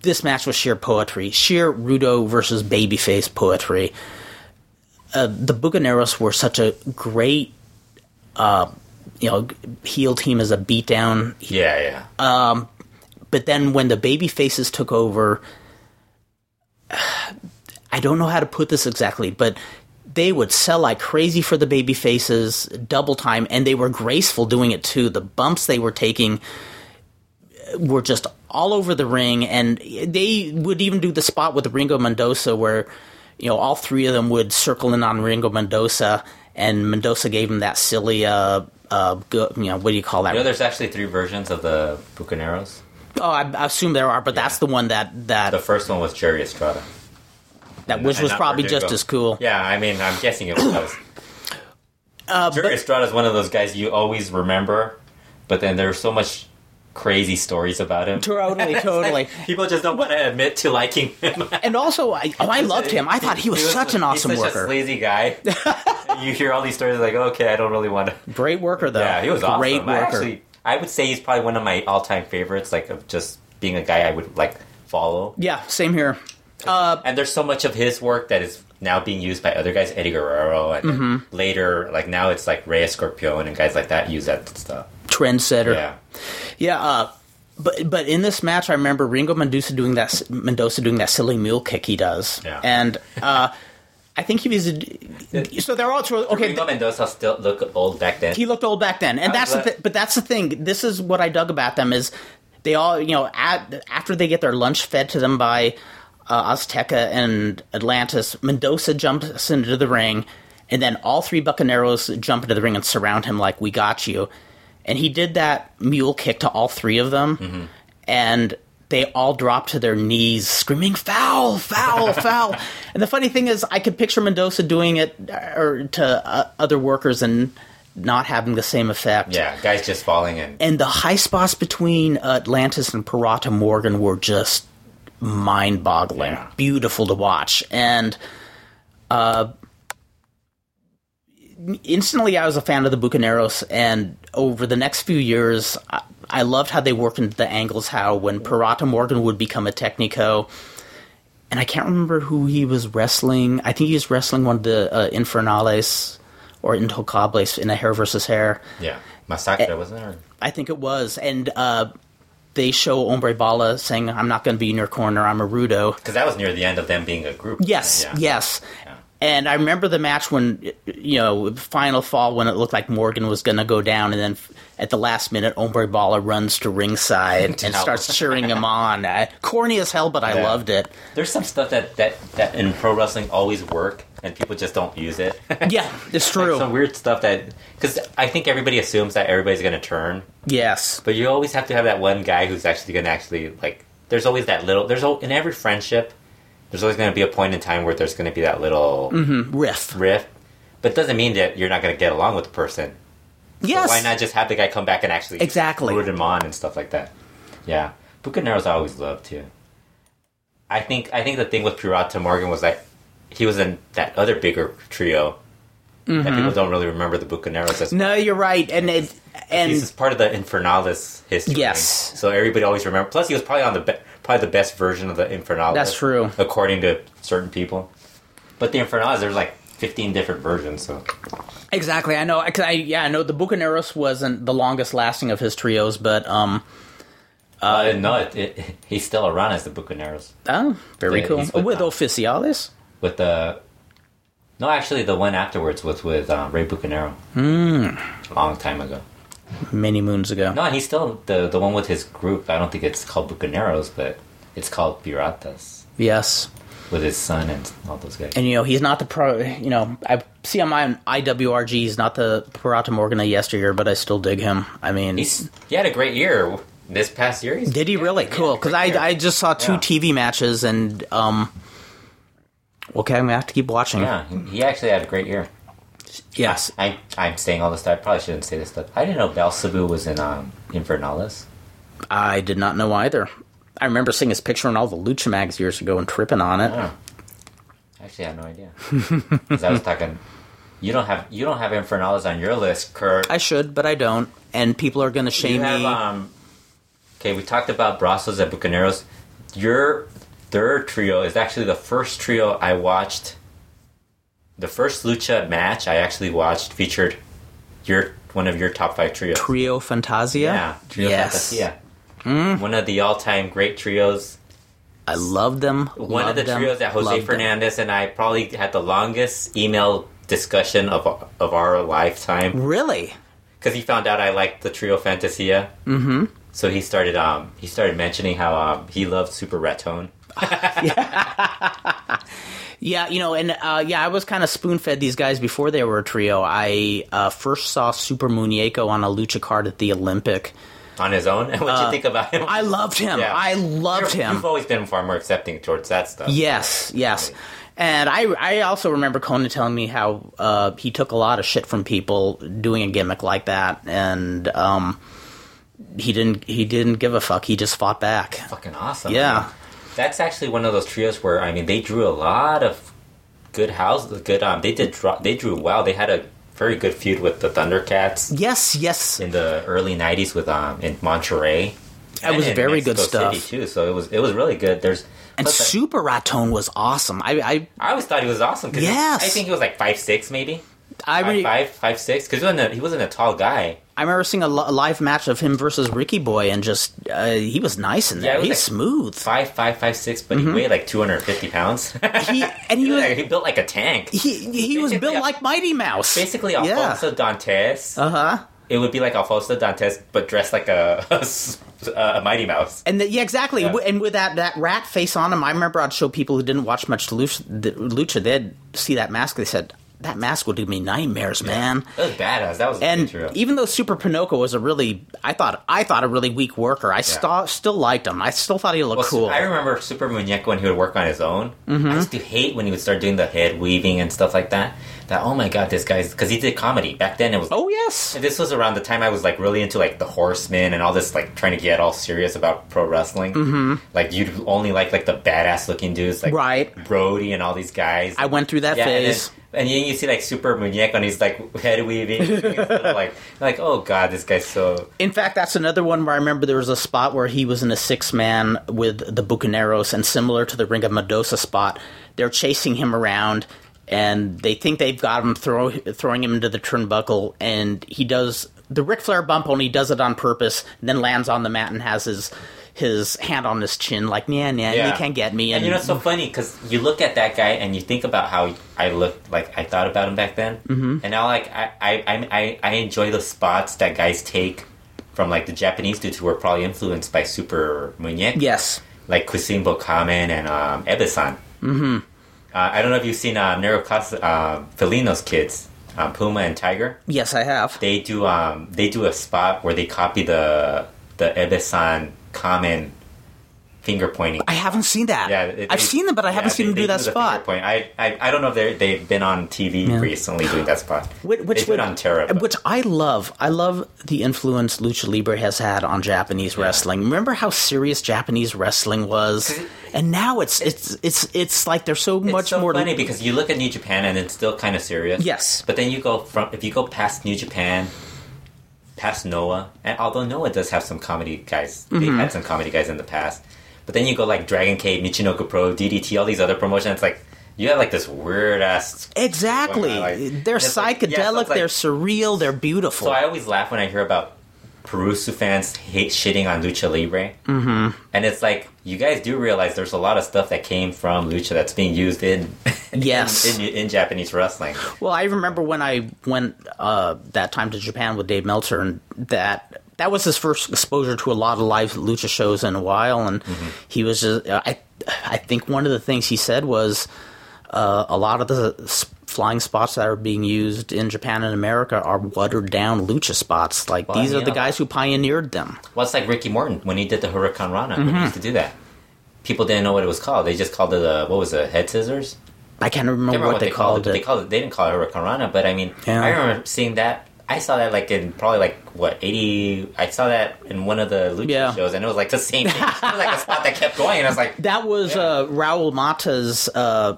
this match was sheer poetry, sheer Rudo versus Babyface poetry. Uh, the Buganeros were such a great, uh, you know, heel team as a beatdown yeah, yeah. Uh, but then when the baby faces took over i don't know how to put this exactly but they would sell like crazy for the baby faces double time and they were graceful doing it too the bumps they were taking were just all over the ring and they would even do the spot with ringo mendoza where you know all three of them would circle in on ringo mendoza and mendoza gave him that silly uh uh go, you know what do you call that You know, there's actually three versions of the Bucaneros. Oh, I, I assume there are, but that's the one that that The first one was Jerry Estrada, that which and was not probably Verdugo. just as cool. Yeah, I mean, I'm guessing it was. Uh, Jerry Estrada is one of those guys you always remember, but then there's so much crazy stories about him. Totally, totally. People just don't want to admit to liking him. And also, I, oh, I loved him. I thought he was such an awesome he's such A worker. sleazy guy. you hear all these stories like, okay, I don't really want to. Great worker, though. Yeah, he was awesome. great I worker. Actually, I would say he's probably one of my all-time favorites. Like of just being a guy I would like follow. yeah, same here. And there's so much of his work that is now being used by other guys, Eddie Guerrero, and Mm-hmm. later, like now it's like Rey Scorpion and guys like that use that stuff. Trendsetter. Yeah, Yeah, uh, but but in this match, I remember Ringo Mendoza doing that Mendoza doing that silly mule kick he does, Yeah. and uh, I think he was. So they're all so- okay. Ringo Mendoza still look old back then. he looked old back then, and I that's the bet. th- but that's the thing. This is what I dug about them is they all you know at, after they get their lunch fed to them by uh, Azteca and Atlantis, Mendoza jumps into the ring, and then all three Buccaneros jump into the ring and surround him like we got you, and he did that mule kick to all three of them, and. They all dropped to their knees, screaming "foul, foul, foul!" And the funny thing is, I could picture Mendoza doing it uh, or to uh, other workers, and not having the same effect. yeah, guys just falling in. And the high spots between Atlantis and Pirata Morgan were just mind boggling. Yeah. Beautiful to watch. And uh, instantly, I was a fan of the Bucaneros. And over the next few years, I, I loved how they worked into the angles, how when Pirata Morgan would become a Technico. And I can't remember who he was wrestling. I think he was wrestling one of the uh, Infernales or Intocables in a hair versus hair. yeah, Masakura wasn't there. I think it was, and uh, they show Ombre Bala saying, "I'm not going to be in your corner. I'm a Rudo." Because that was near the end of them being a group. Yes, Yeah. yes. Yeah. And I remember the match when you know final fall when it looked like Morgan was going to go down, and then f- at the last minute, Ombre Bala runs to ringside and help. starts cheering him on. I, corny as hell, but I Yeah. loved it. There's some stuff that, that, that in pro wrestling always work, and people just don't use it. Yeah, it's true. some weird stuff that. Because I think everybody assumes that everybody's going to turn, yes, but you always have to have that one guy who's actually going to actually, like, there's always that little. There's al- In every friendship, there's always going to be a point in time where there's going to be that little Mm-hmm. riff. rift, but it doesn't mean that you're not going to get along with the person. Yes, Why not just have the guy come back and actually Exactly. root him on and stuff like that? Yeah, Bucaneros I always loved too. I think I think the thing with Pirata Morgan was that he was in that other bigger trio that people don't really remember the Bucaneros as. Mm-hmm. No, you're right, and it and He's just part of the Infernalis history. Yes. so everybody always remember. Plus, he was probably on the be- probably the best version of the Infernalis. That's true. according to certain people. But the Infernalis, there's like 15 different versions. So Exactly, I know. Cause I yeah, I know the Bucaneros wasn't the longest lasting of his trios, but um, uh, no, it, it, he's still around as the Bucaneros. oh, very Yeah, cool he's with with them. Oficiales. with the. No, actually, the one afterwards was with um, Ray Bucanero. Hmm. Mm. Long time ago. many moons ago. No, and he's still the the one with his group. I don't think it's called Bucaneros, but it's called Piratas Yes. with his son and all those guys. And you know he's not the pro. You know I see on my IWRG he's not the Pirata Morgana yesteryear, but I still dig him. I mean, He's he had a great year this past year. He's, Did he really? Cool. Because I, yeah. I just saw two Yeah. TV matches and um. Okay, I'm gonna have to keep watching. yeah, he, he actually had a great year. Yes. I I'm saying all this stuff. I probably shouldn't say this stuff. I didn't know Belzebu was in um, Invernalis. I did not know either. I remember seeing his picture in all the Lucha mags years ago and tripping on it. Oh. Actually, I had no idea. 'Cause I was talking. You don't have you don't have Infernalis on your list, Kurt. I should, but I don't. And people are gonna You shame have, me. um, okay, we talked about Brazos and Bucaneros. Your third trio is actually the first trio I watched. The first lucha match I actually watched featured your one of your top five trios. Trio Fantasia. yeah, trio yes. Mm. Fantasia. One of the all-time great trios. I love them. One of the trios that Jose Fernandez and I probably had the longest email discussion of of our lifetime Really? because he found out I liked the trio Fantasia. Mm-hmm. So he started um he started mentioning how um he loved Super Ratone. Yeah, you know, and uh, yeah, I was kind of spoon fed these guys before they were a trio. I uh, first saw Super Muñeco on a lucha card at the Olympic. on his own. And what you think about him? Uh, I loved him. Yeah. I loved You're- him. You've always been far more accepting towards that stuff. Yes, yes. And I, I also remember Conan telling me how uh, he took a lot of shit from people doing a gimmick like that, and um, he didn't he didn't give a fuck. He just fought back. fucking awesome. Yeah. I mean, that's actually one of those trios where I mean they drew a lot of good houses. Good um they did draw they drew well. They had a very good feud with the Thundercats Yes, yes. in the early '90s with um in Monterey. That was And in very good Mexico stuff. City, too. So it was it was really good. There's And plus, I- Super Ratone was awesome. I I always thought he was awesome. Cause he- Yes. I think he was like five six, maybe I I, five re- five five six. Because he wasn't a, he wasn't a tall guy. I remember seeing a li- live match of him versus Ricky Boy, and just uh, he was nice in there. Yeah, it was He's like- smooth. Five five five six, but he weighed like two hundred and fifty pounds. He and he he, was was like, he built like a tank. he he was Basically built a- like Mighty Mouse. Basically, yeah. Alfonso Dantes. Uh huh. It would be like Alfonso Dantes, but dressed like a a, s- a Mighty Mouse. And the, yeah, exactly. W And with that, that rat face on him, I remember I'd show people who didn't watch much Lucha, the- Lucha they'd see that mask. They said, that mask would give me nightmares, man. That was badass. That was And true. even though Super Pinocchio was a really, I thought, I thought a really weak worker, I sta- still liked him. I still thought he looked Well, cool. Mm-hmm. I remember Super Muñeco when he would work on his own. I used to hate when he would start doing the head weaving and stuff like that. That oh my god, this guy's because he did comedy back then. It was oh yes, And this was around the time I was like really into like the Horsemen and all this like trying to get all serious about pro wrestling. Mm-hmm. Like you'd only like like the badass looking dudes like right. Brody and all these guys. I went through that yeah, and, then, phase. and then you see like Super Muñeco and he's like head weaving, he's little, like like oh god, this guy's so In fact, that's another one where I remember there was a spot where he was in a six man with the Bucaneros, and similar to the Ring of Medosa spot, they're chasing him around, and they think they've got him throw, throwing him into the turnbuckle, and he does the Ric Flair bump, only does it on purpose, and then lands on the mat and has his his hand on his chin, like nah, nah, you Yeah. can't get me. And you know, it's so funny because you look at that guy and you think about how I looked, like I thought about him back then, mm-hmm. and now like I I, I I I enjoy the spots that guys take from like the Japanese dudes who were probably influenced by Super Muñeco, yes, like Kusin Bokamen and um, Ebesan. Mm-hmm. Uh, I don't know if you've seen uh, Nero Casa, uh, Felino's kids, um, Puma and Tiger. yes, I have. They do um they do a spot where they copy the the Ebesan Kamen finger pointing. I haven't seen that. Yeah, it- I've it- seen them, but I yeah, haven't seen they- them do they that the finger spot. Point. I, I I don't know if they they've been on TV recently doing that spot. Which, which they do it would- on Terra. but- which I love. I love the influence Lucha Libre has had on Japanese wrestling. Remember how serious Japanese wrestling was, and now it's it's it's it's like they're so it's much so more. funny because you look at New Japan and it's still kind of serious. Yes. but then you go from if you go past New Japan, past Noah, and although Noah does have some comedy guys, they've Mm-hmm. had some comedy guys in the past. But then you go like Dragon Cage, Michinoku Pro, DDT, all these other promotions. It's like you have like this weird ass Exactly, Like- they're it's psychedelic. like- yeah, so it's like- they're surreal. They're beautiful. So I always laugh when I hear about Perusu fans hate shitting on Lucha Libre. Mm-hmm. And it's like, you guys do realize there's a lot of stuff that came from Lucha that's being used in Yes. in, in, in Japanese wrestling. Well, I remember when I went uh, that time to Japan with Dave Meltzer, and that that was his first exposure to a lot of live lucha shows in a while, and Mm-hmm. he was just uh, I I think one of the things he said was uh, a lot of the s- flying spots that are being used in Japan and America are watered down lucha spots. Like Well, these are yeah. the guys who pioneered them. Well, it's like Ricky Morton when he did the Hurricane Rana. When Mm-hmm. he used to do that, people didn't know what it was called. They just called it a what was it, head scissors? I can't remember, I remember what, they, called, but it. They called it. They didn't call it Hurricane Rana, but I mean, Yeah. I remember seeing that. I saw that like in probably like what eighty. I saw that in one of the Lucha Yeah. shows, and it was like the same thing. it was like a spot that kept going, and I was like, that was uh, Raul Mata's uh,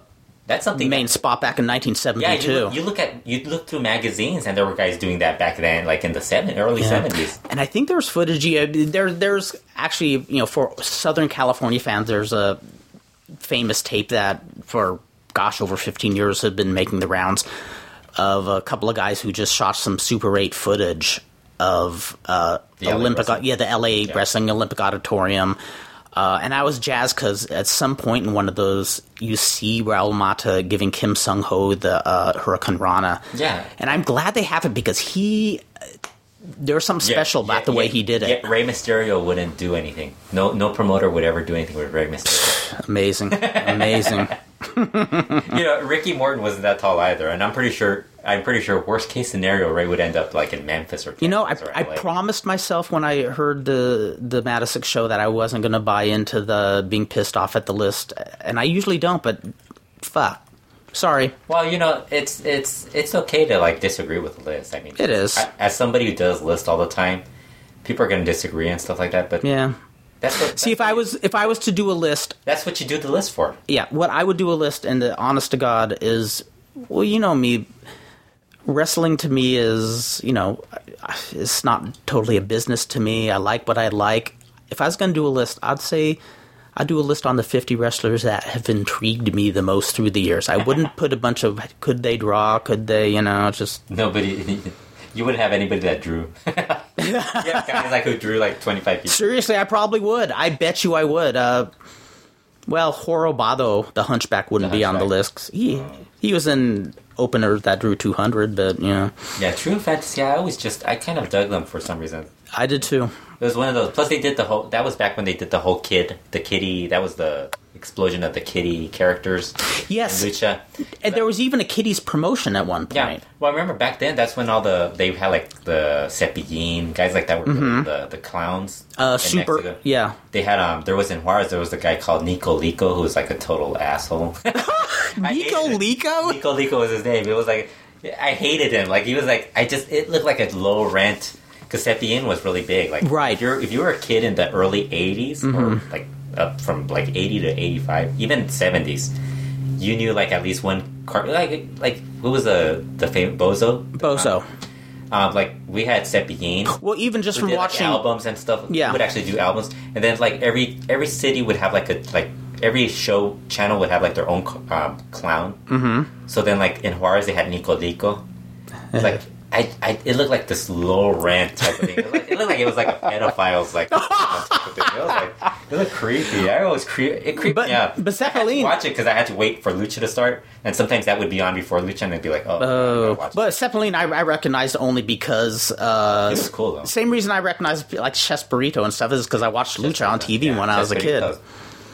"That's something." main spot back in yeah, 1972. you look, you look at you look through magazines, and there were guys doing that back then, like in the seven early Yeah. seventies. And I think there's footage. Yeah, there, there's actually, you know, for Southern California fans, there's a famous tape that for gosh over 15 years had been making the rounds of a couple of guys who just shot some Super 8 footage of uh, LA Olympic, wrestling. yeah, the LA Wrestling Olympic Auditorium. Uh, and I was jazzed because at some point in one of those, you see Raul Mata giving Kim Sung Ho the uh, Hurricane Rana. Yeah. And I'm glad they have it because he there was something Yeah, special about yeah, the way yeah, he did it. Yeah, Rey Mysterio wouldn't do anything. No, no promoter would ever do anything with Rey Mysterio. Amazing, amazing. you know, Ricky Morton wasn't that tall either, and I'm pretty sure. I'm pretty sure. Worst case scenario, Ray would end up like in Memphis or You know, I, Texas or I LA. promised myself when I heard the the Matisic show that I wasn't going to buy into the being pissed off at the list, and I usually don't. But fuck, sorry. Well, you know, it's it's it's okay to like disagree with the list. I mean, It is. I- as somebody who does list all the time, people are going to disagree and stuff like that. But Yeah. that's what, See, if I was if I was to do a list, that's what you do the list for. yeah, what I would do a list, and the honest to God is, well, you know me, wrestling to me is, you know, it's not totally a business to me. I like what I like. If I was going to do a list, I'd say I'd do a list on the 50 wrestlers that have intrigued me the most through the years. I wouldn't put a bunch of could they draw, could they, you know, just Nobody, you wouldn't have anybody that drew. yeah, guys like who drew like 25 people. Seriously, I probably would. I bet you I would. Uh, well, Horobado, the Hunchback, wouldn't The be on the Hunchback. list. He he was in opener that drew 200, but you know, Yeah, True Fantasy. I always just I kind of dug them for some reason. I did too. It was one of those. Plus, they did the whole. That was back when they did the whole kid, the kitty. That was the explosion of the kitty characters. Yes, in Lucha. and there was even a Kitty's promotion at one Yeah. point. Well, I remember back then. That's when all the they had like the Cepillin guys like that were the the clowns. Mm-hmm. Uh, in super, Mexico. yeah, They had um. There was in Juarez. There was a guy called Nico Lico who was like a total asshole. I hated Nico it. Lico. Nico Lico was his name. It was like I hated him. Like he was like I just it looked like a low rent because Cepillin was really big. Like Right. if you're if you were a kid in the early '80s or like up from like '80 to '85, even '70s, you knew like at least one car. Like like who was the the famous Bozo? Bozo. Um, like we had Cepillin. Well, even just We from did, like, watching, albums and stuff. Yeah. we would actually do albums, and then like every every city would have like a like every show channel would have like their own um, clown. Mm-hmm. So then like in Juarez they had Nico Lico. It's like I, I it looked like this low rant type of thing. It looked, it looked like it was like a pedophile's like type of thing. It was like it looked creepy. I always cre- it creeped but me out. but I Cephalin, watch it because I had to wait for Lucha to start, and sometimes that would be on before Lucha, and I'd be like, oh, I gotta watch but Cephalin, I, I recognized only because it uh, was cool though. same reason I recognized like Chespirito and stuff is because I watched Lucha on TV Yeah, when I was a kid. Chespirito's-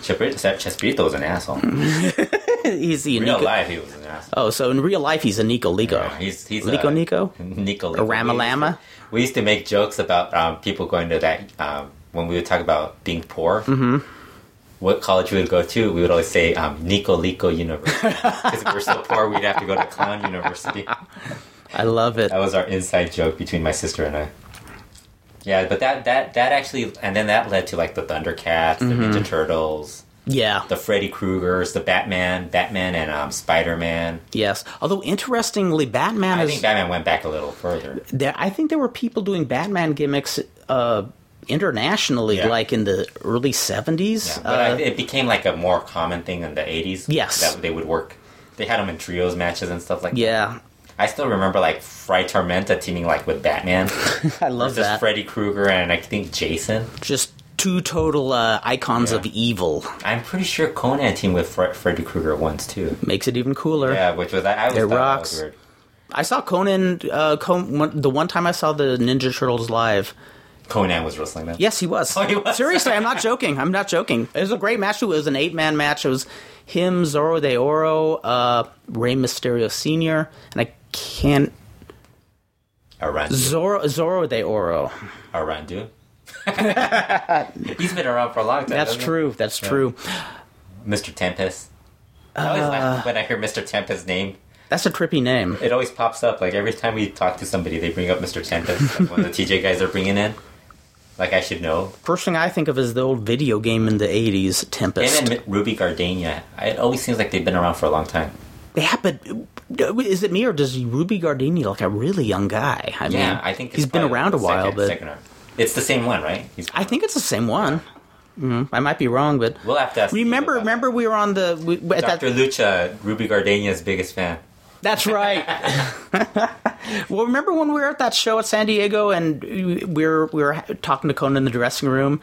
Chespirito, Chespirito was an asshole. In He's the real Nico- life, he was an asshole. Oh, so in real life, he's a Nico Lico. Yeah, he's uh, he's Lico a, Nico? Nico Lico. A Rama We used to- Lama? We used to make jokes about um, people going to that um, when we would talk about being poor. Mm-hmm. What college we would go to? We would always say um, Nico Lico University because we were so poor we'd have to go to clown university. I love it. That was our inside joke between my sister and I. Yeah, but that that that actually, and then that led to like the Thundercats, Mm-hmm. the Ninja Turtles. Yeah. the Freddy Kruegers, the Batman, Batman and um, Spider Man. Yes. Although interestingly, Batman I is. think Batman went back a little further. there, I think there were people doing Batman gimmicks uh, internationally, Yeah. like in the early seventies. But I, uh, it became like a more common thing in the 80s. Yes. That they would work. They had them in trios matches and stuff like that. yeah. I still remember like Fry Tormenta teaming like with Batman. I love Just that. Freddy Krueger and I think Jason. Just two total uh, icons Yeah. of evil I'm pretty sure Conan teamed with Fre- Freddy Krueger once too. makes it even cooler. Yeah, which was I, I always It thought that rocks. was weird. I saw Conan. Uh, Con- one, the one time I saw the Ninja Turtles live. Conan was wrestling them. Yes, he was. Oh, he was. Seriously, I'm not joking. I'm not joking. It was a great match. It was an eight man match. It was him, Zorro de Oro, uh, Rey Mysterio Senior, and I can't Arandu. Zorro Zorro de Oro. Arandu. He's been around for a long time. That's hasn't he? true. That's true. Mr. Tempest. I always Uh. laugh when I hear Mr. Tempest's name. That's a trippy name. It always pops up. Like every time we talk to somebody, they bring up Mr. Tempest. like, one of the TJ guys are bringing in. Like I should know. First thing I think of is the old video game in the '80s, Tempest. Him and Ruby Gardenia. It always seems like they've been around for a long time. Yeah, but is it me or does Ruby Gardini look a really young guy? I Yeah, mean, I think it's he's been probably around a the while, second- but second arc. it's the same one, right? He's, I think it's the same one. Mm, I might be wrong, but we'll have to ask remember, Steve about remember we were on the we, at that. that. Dr. Lucha, Ruby Gardenia's biggest fan. That's right. well, remember when we were at that show at San Diego and we were we were talking to Conan in the dressing room.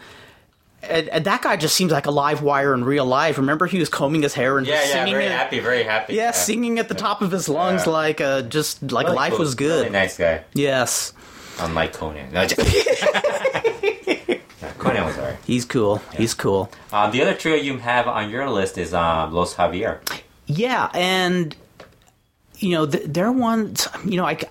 And, and that guy just seems like a live wire in real life. Remember, he was combing his hair and Yeah, yeah, singing very it. happy, very happy. Yeah, singing at the top of his lungs, Yeah. like uh, just like Really life cool. was good. Really nice guy. Yes. Unlike Conan. No, just- No, Conan was alright. He's cool. He's cool. Um, the other trio you have on your list is um, Los Javier. Yeah, and you know, th- they're ones. You know, I, c-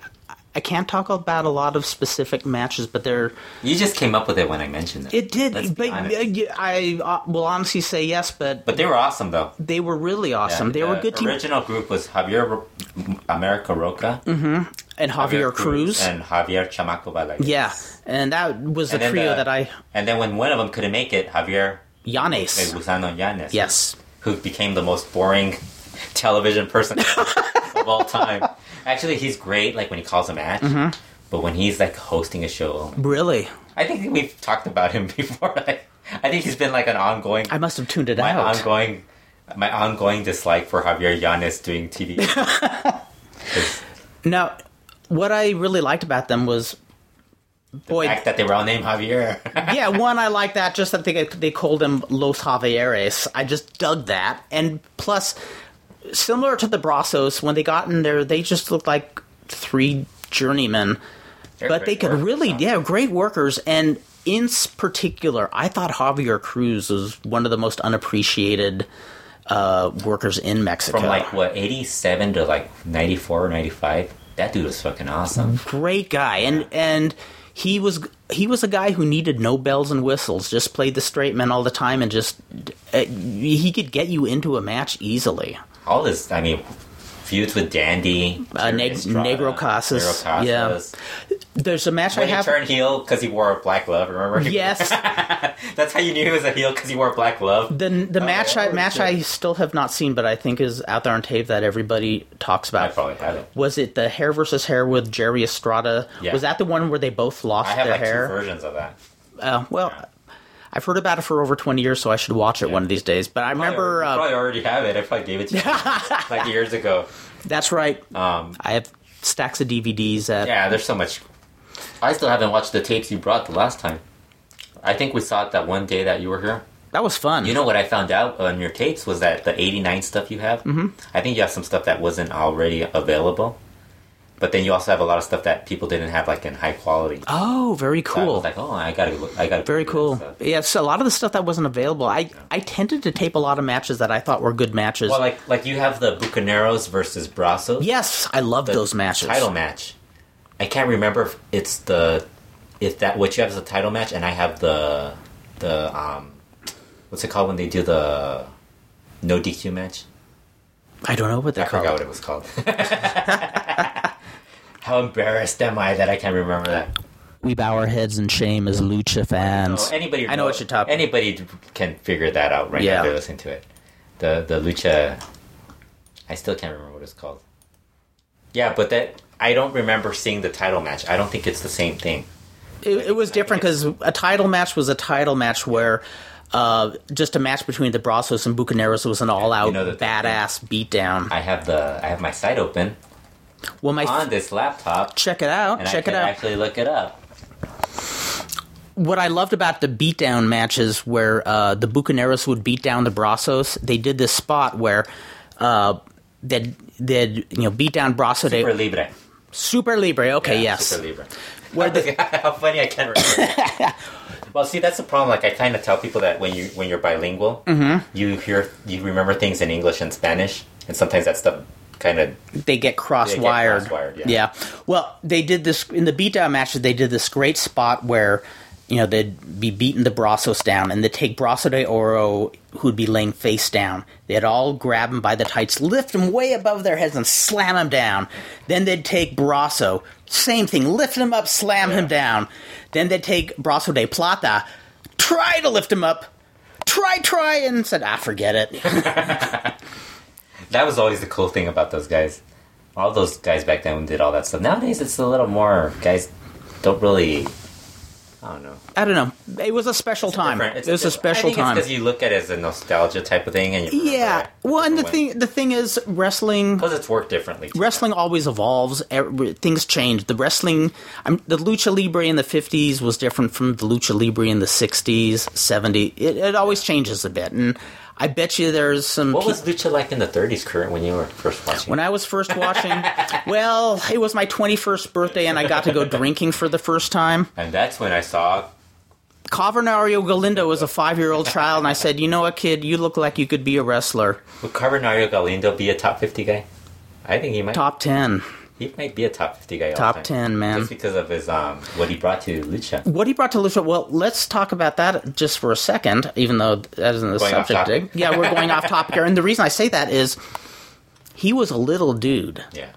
I can't talk about a lot of specific matches, but they're You just came up with it when I mentioned it. it did. Let's be but honest. uh, yeah, I uh, will honestly say yes, but, But they were awesome, though. they were really awesome. they were a The good team, original group was Javier Ro- America Roca, and Mm-hmm. Javier Cruz. and Javier Chamaco Balaguer. yeah, and that was the And then trio the- that I And then when one of them couldn't make it, Javier El Yanes. Gusano Yanes, Yes, who became the most boring television person of all time. Actually, he's great. Like when he calls a match, Mm-hmm. but when he's like hosting a show, really. I think we've talked about him before. Like, I think he's been like an ongoing, I must have tuned it my out. ongoing, my ongoing dislike for Javier Yanes doing TV. 'Cause Now, what I really liked about them was, boy, the fact that they were all named Javier. yeah, one I like that. Just that they they called him Los Javieres. I just dug that, and plus, similar to the Brazos, when they got in there, they just looked like three journeymen, They're but they great could workers, really, huh? yeah, great workers. And in s- particular, I thought Javier Cruz was one of the most unappreciated uh, workers in Mexico. From like what eighty seven to like ninety four or ninety five. That dude was fucking awesome. great guy and and he was he was a guy who needed no bells and whistles just played the straight man all the time and just uh, he could get you into a match easily all this i mean feuds with dandy Mm-hmm. Uh, Neg- Estrada, Negro Casas, Negro Casas. yeah. there's a match when i he have turned heel because he wore a black glove remember yes that's how you knew he was a heel because he wore a black glove the the Oh, match yeah, i oh, match shit. i still have not seen but i think is out there on tape that everybody talks i about probably have it was it the hair versus hair with jerry estrada Yeah. was that the one where they both lost i have their like hair two versions of that Uh, well Yeah. I've heard about it for over 20 years, so I should watch it one of these days. But I remember. I uh, probably already have it i probably gave it to you like years ago That's right. um I have stacks of DVDs that yeah there's so much i still haven't watched the tapes you brought the last time i think we saw it that one day that you were here that was fun. You know what I found out on your tapes was that the 89 stuff you have, mm-hmm. I think you have some stuff that wasn't already available. But then you also have a lot of stuff that people didn't have like in high quality. oh, very So I was cool. like, oh, I gotta, look- I gotta. very do cool. this stuff. Yeah, so a lot of the stuff that wasn't available, I I tended to tape a lot of matches that I thought were good matches. Well, like, like you have the Bucaneros versus Brazos. yes, I love the those matches. Title match. I can't remember if it's the, if that what you have is a title match, and I have the, the um, what's it called when they do the, no DQ match. I don't know what they're I forgot called. what it was called. How embarrassed am I that I can't remember that? We bow our heads in shame as lucha Oh, fans. anybody, I know what you're talking. Anybody can figure that out right Yeah. now. They're listening to it. The the lucha. I still can't remember what it's called. Yeah, but that I don't remember seeing the title match. I don't think it's the same thing. it, it was different because a title match was a title match where uh, just a match between the Brazos and Bucaneros was an all-out know that- badass beatdown. I have the I have my site open, Well, my on this laptop, check it out. and I Check could it out. actually look it up. what I loved about the beatdown matches where uh, the Bucaneros would beat down the Brazos, they did this spot where uh, they'd, they'd you know beat down Brasso. Super, Super they, Libre. super Libre. Okay, Yeah, Uh, yes. Super Libre. Where the, How funny I can remember. well, see, that's the problem. Like, I kind of tell people that when you when you're bilingual, Mm-hmm. you hear you remember things in English and Spanish, and sometimes that stuff kind of they get cross wired. cross-wired, yeah. Well, they did this in the beatdown matches. They did this great spot where you know they'd be beating the Brazos down, and they'd take Brasso de Oro, who'd be laying face down. They'd all grab him by the tights, lift him way above their heads, and slam him down. Then they'd take Brasso, same thing, lift him up, slam him down. Then they'd take Brasso de Plata, try to lift him up. Try, try, and said, ah, forget it. that was always the cool thing about those guys. All those guys back then did all that stuff. Nowadays, it's a little more guys don't really. I don't know. I don't know. It was a special time. Different- it was a, different- special I think time. because you look at it as a nostalgia type of thing, and you remember Yeah. it Well, and the different way. thing the thing is wrestling because it's worked differently. too. wrestling always evolves. Every, things change. The wrestling I'm, the lucha libre in the 50s was different from the lucha libre in the 60s, 70s. It, it always changes a bit. And I bet you there's some What peo- was lucha like in the 30s, current when you were first watching? when I was first watching, well, it was my 21st birthday and I got to go drinking for the first time. and that's when I saw Cavernario Galindo was a 5-year-old child and I said, "You know what, kid? You look like you could be a wrestler." Would Carbonario Galindo be a top 50 guy? I think he might. Top 10. He might be a top 50 guy. all Top time. 10, man. Just because of his um, what he brought to Lucha. what he brought to Lucha. Well, let's talk about that just for a second, even though that isn't the Going off subject. topic. Yeah, we're going off topic here, and the reason I say that is he was a little dude, Yeah.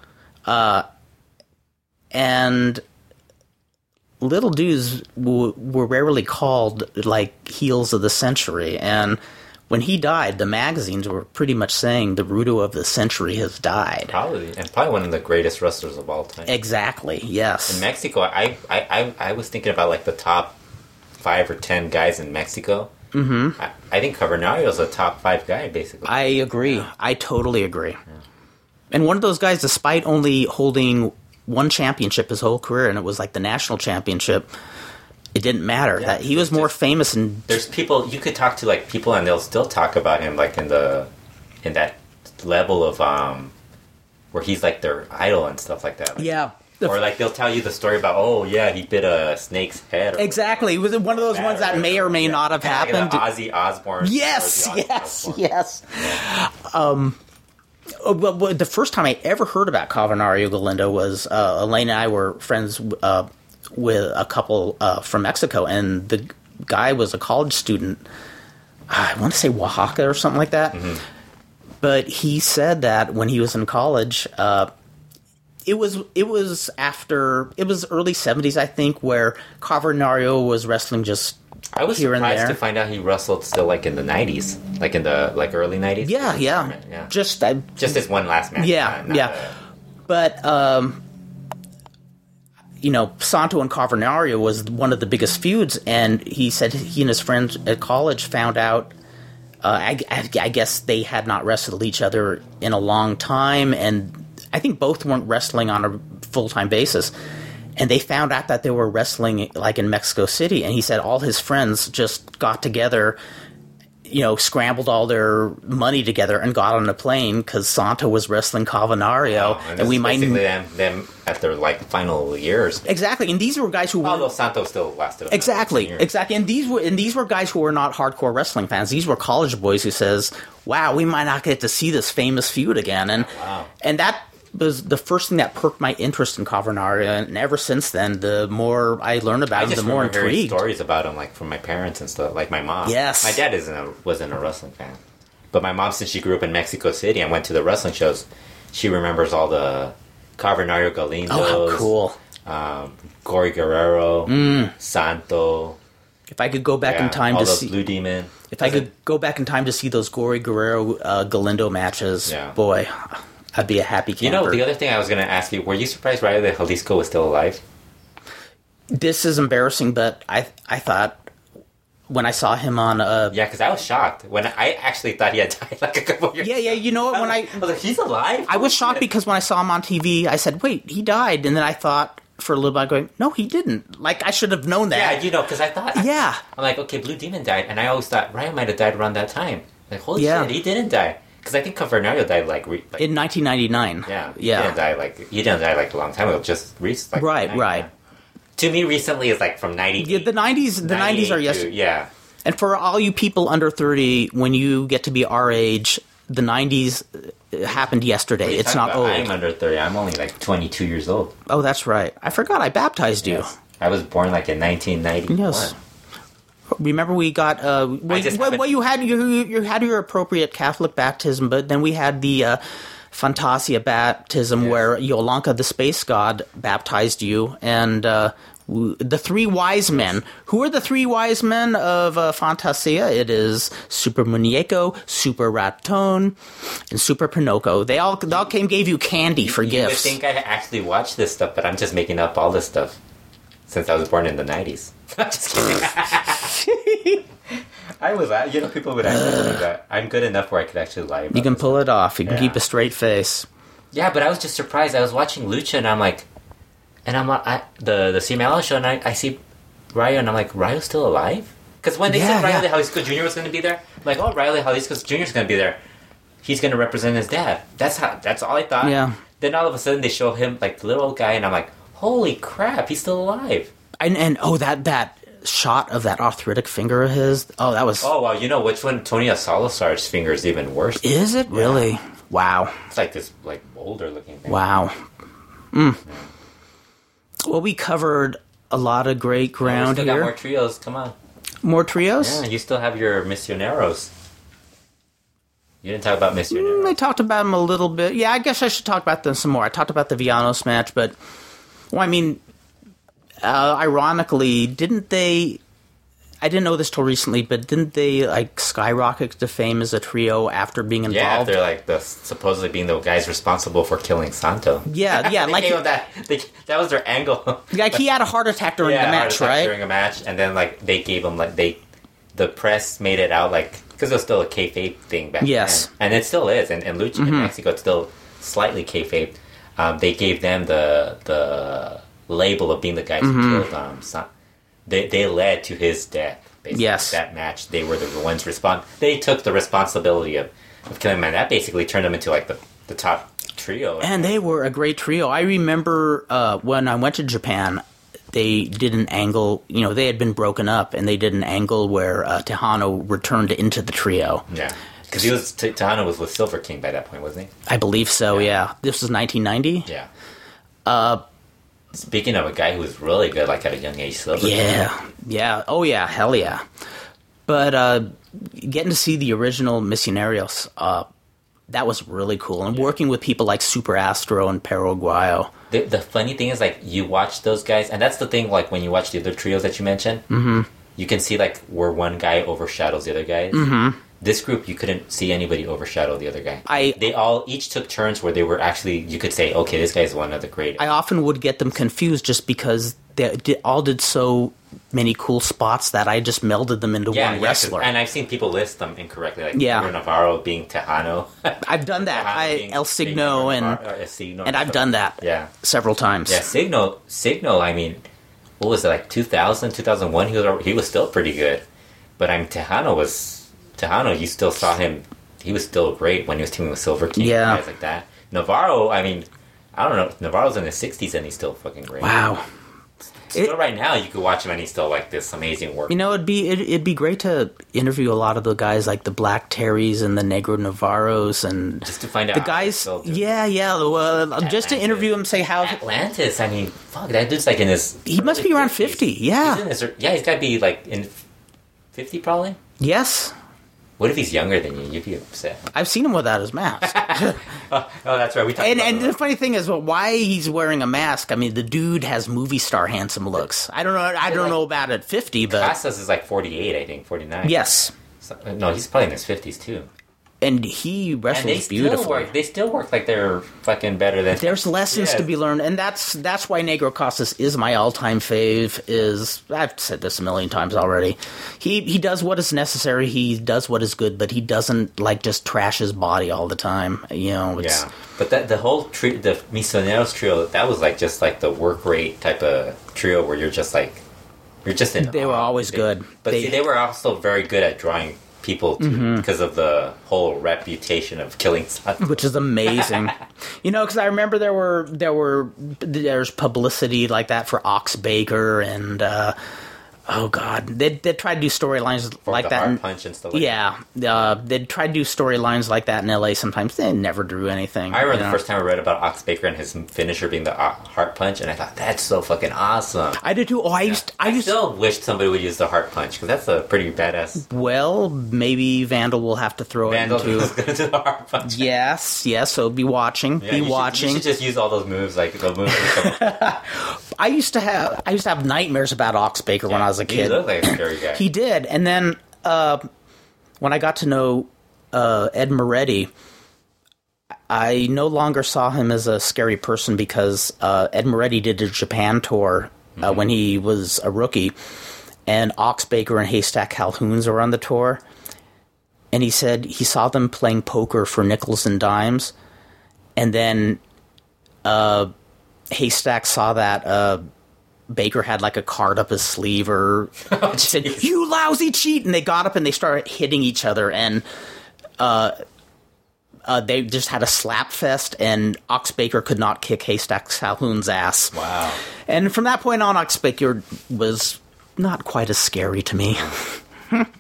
and little dudes w- were rarely called like heels of the century, and. When he died, the magazines were pretty much saying the Rudo of the century has died. Probably. And probably one of the greatest wrestlers of all time. Exactly. Yes. In Mexico, I, I, I, I was thinking about like the top five or 10 guys in Mexico. Mm-hmm. I, I think Carbonario's a top five guy, basically. I agree. I totally agree. And one of those guys, despite only holding one championship his whole career, and it was like the national championship, it didn't matter. that he was more famous and There's people, you could talk to like people and they'll still talk about him like in the, in that level of, um, where he's like their idol and stuff like that. Like, yeah, The- or like they'll tell you the story about oh yeah he bit a snake's head. Or exactly. It was one of those ones that may or may Yeah. not have Kinda like happened. the Ozzy Osbourne. Yes, or the Ozzy yes, Osbourne. yes. Um, uh, well, well, the first time I ever heard about Cavernario Galindo was uh, Elaine and I were friends uh, with a couple uh, from Mexico, and the guy was a college student. Ah, I want to say Oaxaca or something like that. Mm-hmm. But he said that when he was in college, uh, it was it was after it was early seventies, I think, where Cavernario was wrestling just I was here and surprised there. to find out he wrestled still like in the nineties, like in the like early nineties. Yeah, yeah. yeah. Just, Just I, this one last match. Yeah, not- not yeah. the- but um you know, Santo and Carbonario was one of the biggest feuds, and he said he and his friends at college found out. Uh, I, I, I guess they had not wrestled each other in a long time, and I think both weren't wrestling on a full time basis. And they found out that they were wrestling like in Mexico City, and he said all his friends just got together you know, scrambled all their money together and got on a plane because Santa was wrestling Cavanario, oh, and, this we is might basically them, them at their like final years. exactly. And these were guys who Although were Santos still lasted another exactly, 10 years. exactly. And these were and these were guys who were not hardcore wrestling fans. These were college boys who says, "Wow, we might not get to see this famous feud again." And Wow. and that was the first thing that perked my interest in Cavanario. And ever since then, the more I learned about I him, just the more remember hearing intrigued. stories about him, like from my parents and stuff, like my mom. Yes. my dad isn't a, wasn't a wrestling fan, but my mom, since she grew up in Mexico City and went to the wrestling shows, she remembers all the Carbonario Galindo, Oh, how cool! Mm. um, Gory Guerrero, Santo, If I could go back yeah, in time all to those see Blue Demon. If I could go back in time to see those Gory Guerrero uh, Galindo matches, Yeah. boy, I'd be a happy camper. you know, the other thing I was going to ask you: Were you surprised, Riley, that Jalisco was still alive? this is embarrassing, but I I thought when I saw him on uh Yeah, because I was shocked when I actually thought he had died like a couple years. yeah yeah you know what when I I was like, he's alive. I was shocked because when I saw him on TV I said wait he died and then I thought for a little bit going no he didn't like I should have known yeah, that you know, because I thought Yeah. I'm like, okay, Blue Demon died, and I always thought Ryan might have died around that time. Like, holy Yeah. shit, he didn't die. Because I think Cavernario died like, re- like in 1999 yeah, he yeah didn't die like he didn't die like a long time ago. Just recently, like, Right, 99. right. To me, recently is like from ninety. Yeah, the 90s the 90s are yes yeah. And for all you people under 30, when you get to be our age, the 90s happened yesterday. It's not Talking old. about I'm under thirty. I'm only like twenty two years old. oh, that's right. I forgot I baptized you. Yes. I was born like in nineteen ninety one. Yes. Remember we got uh well, just well, haven't- well, you had you, you had your appropriate Catholic baptism, but then we had the uh Fantasia baptism where Yolanka the space god baptized you and uh w- the three wise men. Who are the three wise men of uh, Fantasia? It is Super Muñeco, Super Raton, and Super Pinocchio. They all they all came gave you candy for You would gifts. think I actually watched this stuff, but I'm just making up all this stuff since I was born in the nineties. I'm just kidding. I was, uh, you know, people would actually do that. I'm good enough where I could actually lie. About you can this. pull it off. You can Yeah. keep a straight face. Yeah, but I was just surprised. I was watching Lucha, and I'm like, and I'm like, I, the the Ciamelo show, and I, I see Ryo, and I'm like, Ryo's still alive? Because when they Yeah, said Ryo yeah. de Jalisco Jr. was going to be there, I'm like, oh, Ryo de Jalisco Jr. is going to be there. He's going to represent his dad. That's how. That's all I thought. Yeah. Then all of a sudden they show him like the little old guy, and I'm like, holy crap, he's still alive. and and oh that that shot of that arthritic finger of his oh that was Oh wow, you know which one? Tony Salazar's finger is even worse. is it really wow It's like this like older looking thing. wow mm. well we covered a lot of great We ground still here got more more, trios. Come on. trios Yeah, you still have your Misioneros. You didn't talk about I Misioneros. talked about them a little bit. Yeah, I guess I should talk about them some more. I talked about the Vianos match, but well, I mean, uh, ironically, didn't they? I didn't know this till recently, but didn't they like skyrocket to fame as a trio after being involved? Yeah, they're like the supposedly being the guys responsible for killing Santo. yeah, yeah, they like came with that. They, that was their angle. Like he had a heart attack during the yeah, heart match, attack right? During a match, and then like they gave him like they, the press made it out like because it was still a kayfabe thing back Yes. Mm-hmm. then, and it still is, and, and Lucha in Mexico it's still slightly kayfabe. Um, they gave them the the label of being the guys Mm-hmm. who killed um, San- they they led to his death. Basically. Yes. that match they were the ones respond. They took the responsibility of of killing him, and that basically turned them into like the the top trio. and they were a great trio. I remember uh, when I went to Japan, they did an angle. You know, they had been broken up, and they did an angle where uh, Tejano returned into the trio. yeah, because he was T- Tejano was with Silver King by that point, wasn't he? I believe so. Yeah, this was 1990. Yeah. Uh, Speaking of a guy who was really good, like at a young age, Silver. Yeah, yeah. Oh yeah, hell yeah. But uh, getting to see the original Misioneros, uh, that was really cool. And working with people like Super Astro and Paraguayo. The, the funny thing is, like, you watch those guys, and that's the thing, like, when you watch the other trios that you mentioned, mm-hmm. you can see, like, where one guy overshadows the other guys. Mm-hmm. This group, you couldn't see anybody overshadow the other guy. I- They all each took turns where they were actually, you could say, okay, this guy's one of the greatest. I often would get them confused just because they did, all did so many cool spots that I just melded them into yeah, one yeah, 'cause- wrestler. and I've seen people list them incorrectly, like Yeah. Pedro Navarro being Tejano, I've done that. Tejano I being- El being Signo and Navarro- or El Signo and I've so- done that Yeah, several times. Yeah, Signal, Signal. I mean, what was it like 2000, 2001? He was he was still pretty good, but I'm Tejano was Tejano. You still saw him. He was still great when he was teaming with Silver King, Yeah. guys like that. Navarro. I mean, I don't know. Navarro's in his sixties and he's still fucking great. Wow. Still, right now you could watch him and he's still like this amazing work. You know, it'd be it, it'd be great to interview a lot of the guys like the Black Terrys and the Negro Navarros and just to find out the how he's guys. still doing. Yeah, yeah. Well, just to man interview him, say how Atlantis. I mean, fuck, that dude's like in his. He must be early around 50s. 50, yeah. He's in his, yeah, he's got to be like in fifty probably. yes, What if he's younger than you? You'd be upset. I've seen him without his mask. Oh, oh, that's right. We talked And about and that. the funny thing is, well, why he's wearing a mask? I mean, the dude has movie star handsome looks. I don't know. I don't know about at fifty, but Casas is like 48, I think, 49. yes, So- no, he's probably in his 50s too. and he wrestles And they still beautifully. work. They still work like they're fucking better than. There's lessons Yes. to be learned, and that's that's why Negro Costas is my all-time fave. Is I've said this a million times already. He he does what is necessary. He does what is good, but he doesn't like just trash his body all the time. You know, it's, yeah, but that the whole tri- the Misioneros trio that was like just like the work rate type of trio where you're just like you're just in. They were awe. always They- good. but They- Mm-hmm. see, they were also very good at drawing people too, because of the whole reputation of killing. Satan. which is amazing. you know, because I remember there were there were there's publicity like that for Ox Baker and uh, oh god, they they tried to do storylines like the that. heart in- punch and stuff. Like yeah, uh, they tried to do storylines like that in L.A. Sometimes they never drew anything. I remember you the know? first time I read about Ox Baker and his finisher being the uh, heart punch, and I thought that's so fucking awesome. I did too. Oh, I used I I used still wish somebody would use the heart punch because that's a pretty badass. well. Maybe Vandal will have to throw Vandal it into. was going to do the heart punch. Yes, yes. So be watching. Yeah, be you should- watching. you should just use all those moves, like the moves. He I used to have I used to have nightmares about Ox Baker when I was a kid. He looked like a scary guy. He did, and then uh, when I got to know uh, Ed Moretti, I no longer saw him as a scary person because uh, Ed Moretti did a Japan tour uh, when he was a rookie, and Ox Baker and Haystack Calhouns were on the tour, and he said he saw them playing poker for nickels and dimes, and then uh, Haystack saw that. Uh, Baker had like a card up his sleeve or said, You lousy cheat! And they got up and they started hitting each other. And uh, uh, they just had a slap fest, and Ox Baker could not kick Haystack Calhoun's ass. wow. And from that point on, Ox Baker was not quite as scary to me.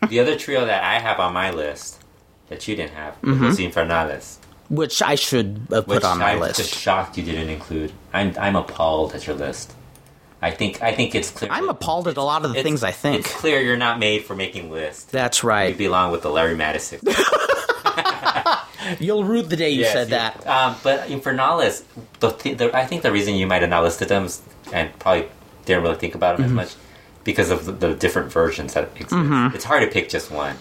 The other trio that I have on my list that you didn't have was Infernales, Which I should have which Mm-hmm. put on my I'm list. just shocked you didn't include. I'm I'm appalled at your list. I think I think it's clear. I'm appalled at a lot of the It's- things I think. It's clear you're not made for making lists. That's You right. belong with the Larry Madison. You'll rue the day you Yes, said you- that. Um, but Infernalis, the, th- the I think the reason you might have not listed them is, and probably didn't really think about Mm-hmm. them as much because of the, the different versions that exist. It's hard to pick just one.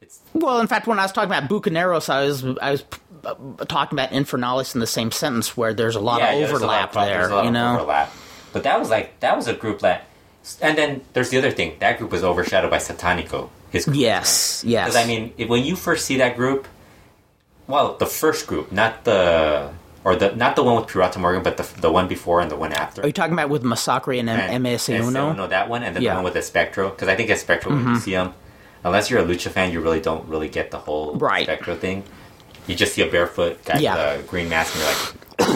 It's Well, in fact, when I was talking about Bucaneros, I was I was uh, talking about Infernalis in the same sentence, where there's a lot yeah, yeah, of there's a overlap lot of pro- there's there. a lot you of know, overlap. But that was like that was a group that, and then there's the other thing. That group was overshadowed by Satanico. His group. yes, yes. Because I mean, if, when you first see that group, well, the first group, not the or the not the one with Pirata Morgan, but the the one before and the one after. are you talking about with Masacre and, M- MS Uno? No, that one, and then Yeah. Mm-hmm. the one with Espectro. Because I think Espectro, when you see them, unless you're a Lucha fan, you really don't really get the whole Right. Espectro thing. You just see a barefoot guy Yeah. with a green mask, and you're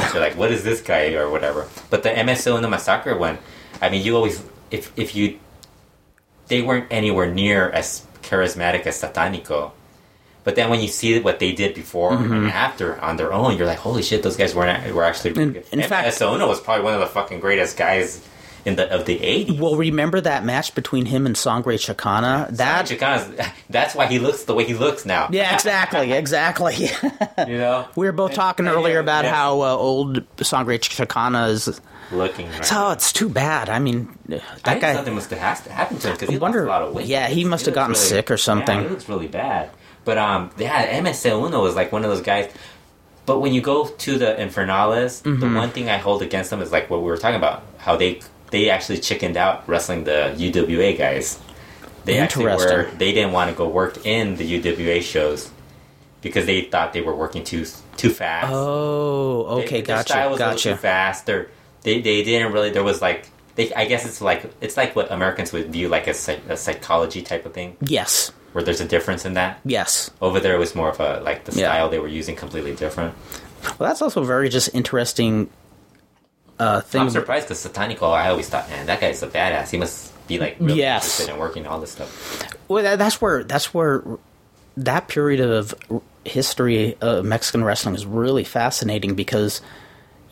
like, you're like, what is this guy or whatever. But the MSO and the Massacre one, I mean, you always if if you they weren't anywhere near as charismatic as Satanico. But then when you see what they did before Mm-hmm. and after on their own, you're like, holy shit, those guys weren't were actually really In- good. in And fact- Sono was probably one of the fucking greatest guys in the of the '80s. Well, remember that match between him and Sangre Chicana? That, Chicana's, that's why he looks the way he looks now. yeah, exactly, exactly. you know, we were both talking earlier about Yeah. how uh, old Sangre Chicana is. looking. Right. Oh, it's too bad. I mean, I that think guy. something must have has to happen to him because he wonder- lost a lot of weight. yeah, he must have looks gotten sick or something. Yeah, he looks really bad. But um, yeah, MSL Uno is like one of those guys. But when you go to the Infernales, the Mm-hmm. one thing I hold against them is like what we were talking about, how they they actually chickened out wrestling the UWA guys. They actually were. Interesting. They didn't want to go work in the UWA shows because they thought they were working too too fast. Oh, They- okay, their gotcha, style was a little too gotcha. fast. They're, they they didn't really. There was like they. I guess it's like it's like what Americans would view like a, psych, a psychology type of thing, Yes, where there's a difference in that. yes. Over there, it was more of a like the Yeah. style they were using completely different. Well, that's also very just interesting uh, thing. I'm surprised because Satanico, I always thought, man, that guy's a badass. He must be like really Yes. interested in working all this stuff. Well, that, that's where that's where that period of history of Mexican wrestling is really fascinating because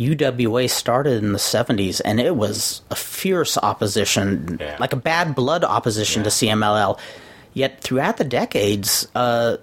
UWA started in the 70s and it was a fierce opposition, Yeah. like a bad blood opposition to CMLL. Yet throughout the decades, uh,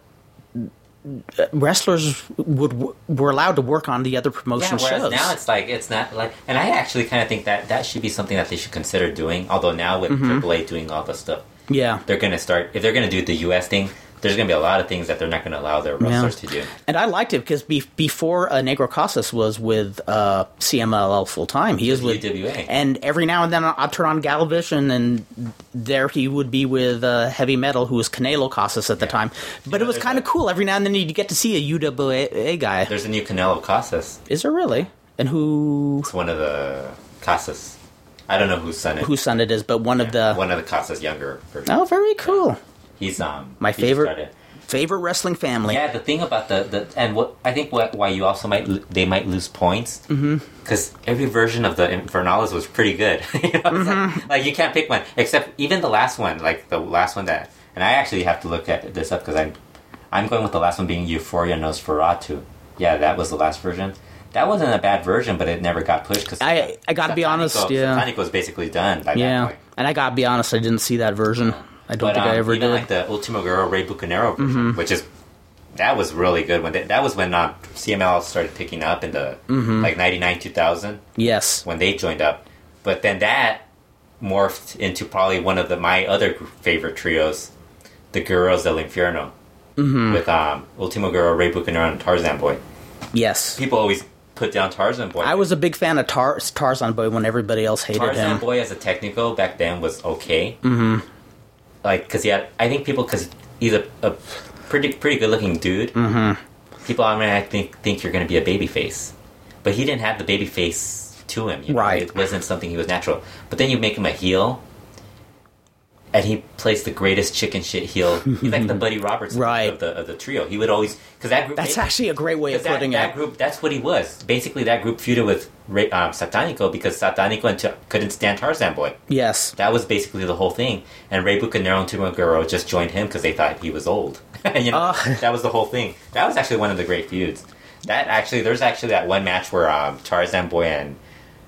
wrestlers would were allowed to work on the other Yeah, promotion whereas shows. now it's like it's not like, and I actually kind of think that that should be something that they should Mm-hmm. consider doing. Although now with AAA doing all the stuff, yeah. they're gonna start if they're gonna do the U.S. thing, there's going to be a lot of things that they're not going to allow their wrestlers to do. And I liked it because be- before uh, Negro Casas was with uh, CMLL full time, he is with UWA. And every now and then I'll turn on Galavision, and there he would be with uh, Heavy Metal, who was Canelo Casas at the time. But it was there's kind of a- cool. Every now and then you'd get to see a UWA guy. There's a new Canelo Casas. Is there really? And who It's one of the Casas. I don't know whose son it whose son it is? But one of the One of the Casas younger version. oh, very cool. He's um My he favorite- started- Favorite wrestling family. Yeah, the thing about the, the and what I think what, why you also might l- they might lose points Mm-hmm. because mm every version of the Infernalis was pretty good. you know, it's Mm-hmm. like, like you can't pick one except even the last one, like the last one that and I actually have to look at this up because I'm I'm going with the last one being Euphoria Nosferatu. Yeah, that was the last version. That wasn't a bad version, but it never got pushed because I- I gotta be honest, yeah. Satanic was basically done. By That Yeah, point. and I gotta be honest, I didn't see that version. I don't But think I um, ever even did. Mm-hmm. like the Ultimo Guerrero Ray Bucanero version, which is that was really good when they, that was when um, CML started picking up in the Mm-hmm. like ninety nine two thousand yes, when they joined up. But then that morphed into probably one of the my other gr- favorite trios, the Guerreros del Infierno, Mm-hmm. with um, Ultimo Guerrero Ray Bucanero and Tarzan Boy. yes. People always put down Tarzan Boy. I was a big fan of Tar- Tarzan Boy when everybody else hated Tarzan him. Boy as a technical back then was okay. Mm-hmm. Like, because he had, I think people, because he's a, a pretty pretty good looking dude. Mm-hmm. People automatically think think you're going to be a baby face, but he didn't have the baby face to him. you know? Right. it wasn't something he was natural. But then you make him a heel. And he plays the greatest chicken shit heel. He's like the Buddy Roberts of the- Right. of the of the trio. He would always because that group That's they- actually a great way of that, putting that it. group, that's what he was. Basically, that group feuded with Ra- um, Satanico because Satanico and t- couldn't stand Tarzan Boy. yes, That was basically the whole thing. And Ray Bucanero and Tumaguro just joined him because they thought he was old. you know, Ah. that was the whole thing. That was actually one of the great feuds. That actually, there's actually that one match where um, Tarzan Boy and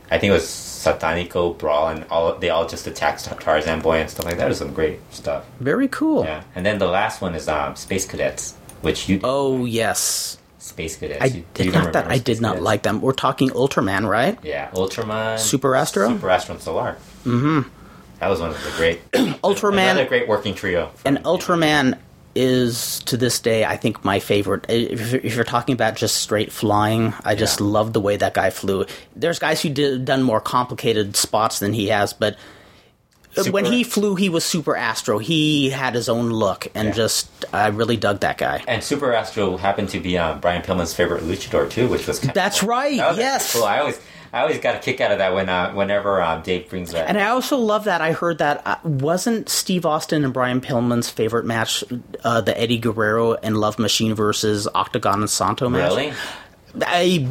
I think it was Satanico brawl and all they all just attacked Tar- Tarzan Boy and stuff like that. It was some great stuff. very cool. Yeah. And then the last one is um, Space Cadets, which you Oh yes, Space Cadets. I You- do did you not. remember That I did Space not Cadets? like them. We're talking Ultraman, right? Yeah, Ultraman, Super Astro? Super Astro, and Solar. Mm-hmm. That was one of the great another Ultraman great working trio. from- and Ultraman is to this day I think my favorite. If, if you're talking about just straight flying, I just Yeah. love the way that guy flew. There's guys who did done more complicated spots than he has, but when Super- he flew, he was super astro. He had his own look, and Yeah. just I really dug that guy. and Super Astro happened to be um, Brian Pillman's favorite luchador too, which was kind That's right. that was actually yes. cool. I always I always got a kick out of that when uh, whenever um, Dave brings that. And I also love that I heard that uh, wasn't Steve Austin and Brian Pillman's favorite match uh, the Eddie Guerrero and Love Machine versus Octagon and Santo match? really, I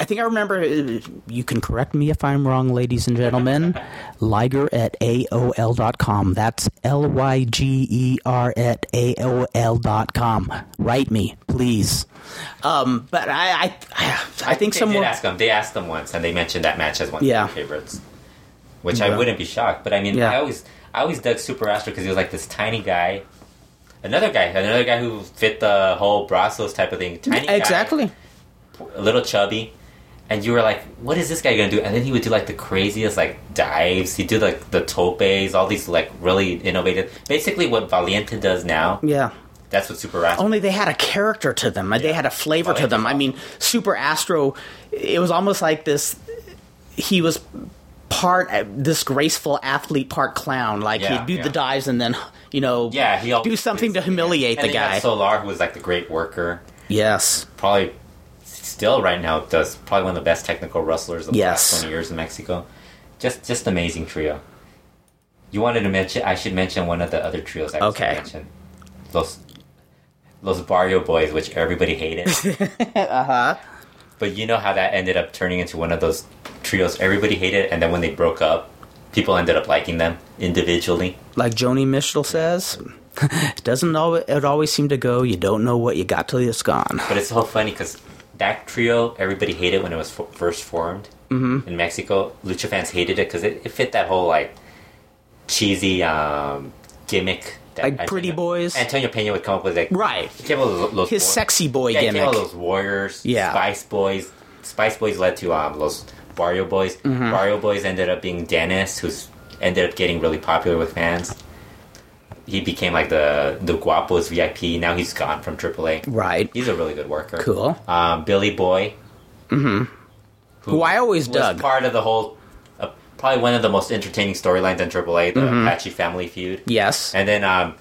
I think I remember. uh, You can correct me if I'm wrong, ladies and gentlemen. Liger at AOL.com. That's L Y G E R at AOL.com. Write me, please. Um, but I, I, I, I think they someone. did ask them. They asked them once, and they mentioned that match as one Yeah. of their favorites. Which Yeah. I wouldn't be shocked, but I mean, Yeah. I always I always dug Super Astro because he was like this tiny guy. Another guy, another guy who fit the whole Brazos type of thing. Tiny guy. Exactly. a little chubby, and you were like, "What is this guy gonna do?" And then he would do like the craziest like dives. He did like the topes, all these like really innovative. Basically, what Valiente does now, Yeah. that's what Super Astro. only they had a character to them. They had a flavor Well, to they them. did. I mean, Super Astro, it was almost like this. He was part uh, this graceful athlete, part clown. Like Yeah, he'd do yeah. the dives and then, you know, yeah, he do something to humiliate and the then you guy. got Solar, who was like the great worker, yes, probably still right now does probably one of the best technical wrestlers of Yes. the last twenty years in Mexico. Just just amazing trio. You wanted to mention? I should mention one of the other trios. I was gonna Okay. mention. Los Los Barrio Boys, which everybody hated. uh huh. But you know how that ended up turning into one of those trios everybody hated, and then when they broke up, people ended up liking them individually. Like Joni Mitchell says, doesn't always, it always seem to go? You don't know what you got till it's gone. But it's so funny because that trio everybody hated when it was fo- first formed Mm-hmm. in Mexico. Lucha fans hated it because it, it fit that whole like cheesy um, gimmick. That Like pretty boys? Antonio Pena would come up with like Right. He came up with those His sexy boy Yeah, he came gimmick. up with those warriors. Yeah. Spice Boys. Spice Boys led to um, those Barrio Boys. Mm-hmm. Barrio Boys ended up being Dennis, who's ended up getting really popular with fans. he became like the the Guapos VIP. Now he's gone from AAA. Right. He's a really good worker. Cool. Um, Billy Boy, Who I always was dug. part of the whole, uh, probably one of the most entertaining storylines in AAA, the Apache family feud. Mm-hmm. yes. And then um,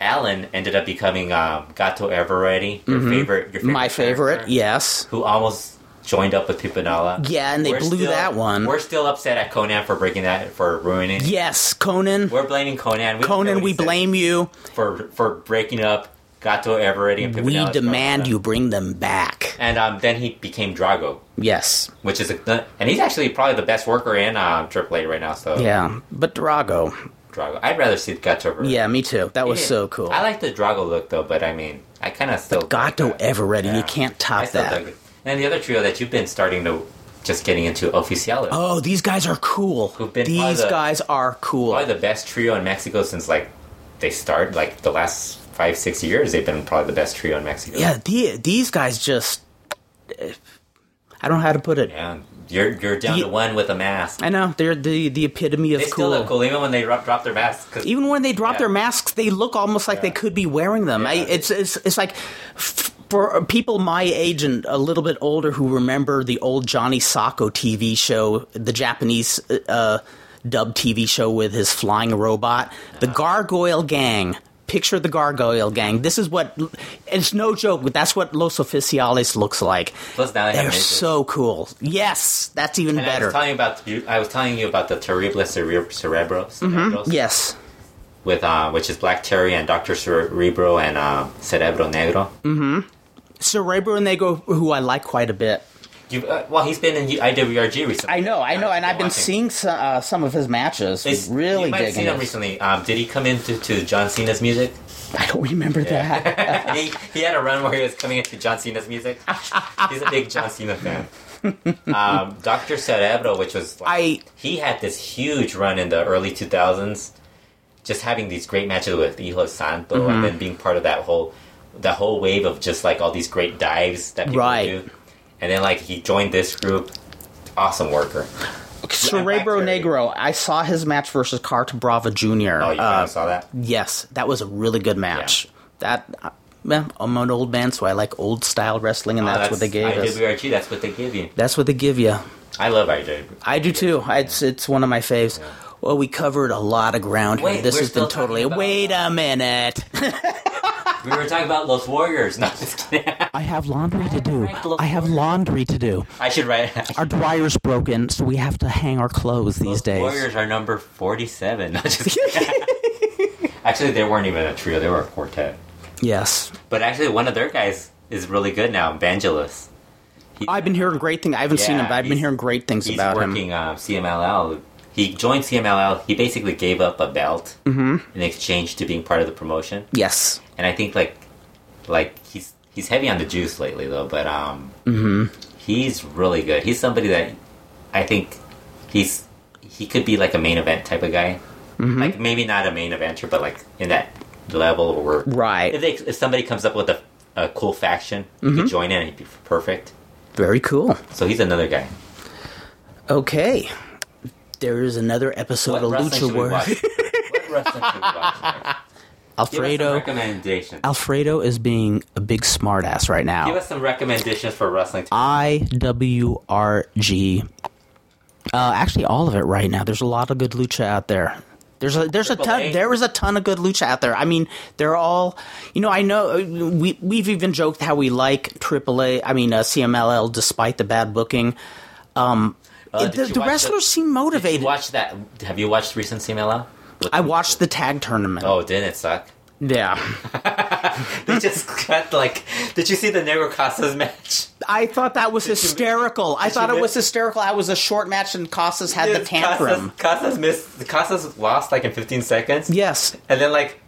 Alan ended up becoming um, Gato Everetti, your favorite, your favorite Mm-hmm. My favorite. character, Yes. who almost joined up with Pimpinella. Yeah, and they blew that one. We're still upset at Conan for breaking that for ruining. it. Yes, Conan. We're blaming Conan. We don't care Conan, what he we said blame you. for for breaking up Gato Everetti and Pimpinella. We demand you bring them back. And um, then he became Drago, Yes. which is a, and he's actually probably the best worker in um, AAA right now. So Yeah. But Drago. Drago, I'd rather see Gato. Everetti. Yeah, me too. That was Yeah. so cool. I like the Drago look though, but I mean, I kind of still Gato Everetti. You Yeah. can't I top still that. dug it. And the other trio that you've been starting to just getting into Oficial, Oh, these guys are cool. Who've been These by the- guys are cool. probably the best trio in Mexico since like they started. Like the last five six years, they've been probably the best trio in Mexico. yeah, the, these guys just. I don't know how to put it. and you're you're down The- to one with a mask. I know they're the the epitome of They cool. still look cool even when they drop, drop their masks. 'cause- Even when they drop Yeah. their masks, they look almost like they Yeah. could be wearing them. I, Yeah. it's it's it's like f- for people my age and a little bit older who remember the old Johnny Sacco TV show, the Japanese. Uh, Dub TV show with his flying robot, the Gargoyle Gang. Picture the Gargoyle Gang. This is what it's no joke. But that's what Los Oficiales looks like. plus now they They're have ninjas. so cool. Yes, that's even And I better. was telling you about you- I was telling you about the Terrible Cere- Cerebro, Mm-hmm, Cerebros, yes, with uh, which is Black Terry and Doctor Cerebro and um, Cerebro Negro. Mm. Cerebro Negro, who I like quite a bit. You, uh, well, he's been in IWRG recently. I know, I know, and I've been watching. seeing some, uh, some of his matches. It's- really you might have digging seen him it. recently. Um, did he come into to John Cena's music? I don't remember that. he, he had a run where he was coming into John Cena's music. He's a big John Cena fan. um, Doctor Cerebro, which was like, I- he had this huge run in the early two thousands, just having these great matches with Hijo Santo, Mm-hmm. and then being part of that whole the whole wave of just like all these great dives that people Right. do, and then like he joined this group. Awesome worker. Cerebro Black Terry. Negro, I saw his match versus Cart Brava Jr. Oh, you Uh, kinda saw that. yes, that was a really good match. That. Uh, well, I'm an old man, so I like old style wrestling, and Oh, that's, what they gave us. IWRG, that's what they give you. That's what they give you. I love IWRG. I do too. I, it's it's one of my faves. Well, we covered a lot of ground here. Wait, this we're has been still talking totally. about- Wait a minute. We were talking about Los Warriors. No, just kidding. I have laundry to do. I have laundry to do. I should write. Our dryer's broken, so we have to hang our clothes these Los days. Warriors are number forty-seven. No, just kidding. actually, they weren't even a trio; they were a quartet. Yes. But actually, one of their guys is really good now, Vangelis. I've been hearing great things. I haven't seen Yeah, him, but I've been he's- hearing great things He's about him. working uh, CMLL. He joined CMLL. He basically gave up a belt Mm-hmm. in exchange to being part of the promotion. Yes. and I think like like he's he's heavy on the juice lately though, but um, he's really good. He's somebody that I think he's he could be like a main event type of guy, like maybe not a main eventer, but like in that level where Right. if, they, if somebody comes up with a, a cool faction, you could join in and he'd be perfect. Very cool. So he's another guy. Okay. There is another episode What of Lucha wrestling should we watch? War. What wrestling should we watch? next? Give us some Alfredo. recommendations. Alfredo is being a big smartass right Give now. us some recommendations for wrestling. Uh, to- I W R G. Uh, actually, all of it right now. There's a lot of good lucha out there. There's a there's a Triple ton A. there is a ton of good lucha out there. I mean, they're all you know. I know uh, we we've even joked how we like AAA. I mean uh, CMLL despite the bad booking. Um, Uh, it- did the, you the watch the- wrestlers seem Did motivated. you watch that? Have you watched recent CMLL? I watched the tag tournament. Oh, didn't it suck? Yeah, They just cut like. Did you see the Negro Casas match? I thought that was hysterical. I thought you it was miss- hysterical. That was a short match, and Casas had the Yes, tantrum. Casas, Casas missed. Casas lost like in 15 seconds. Yes, And then like,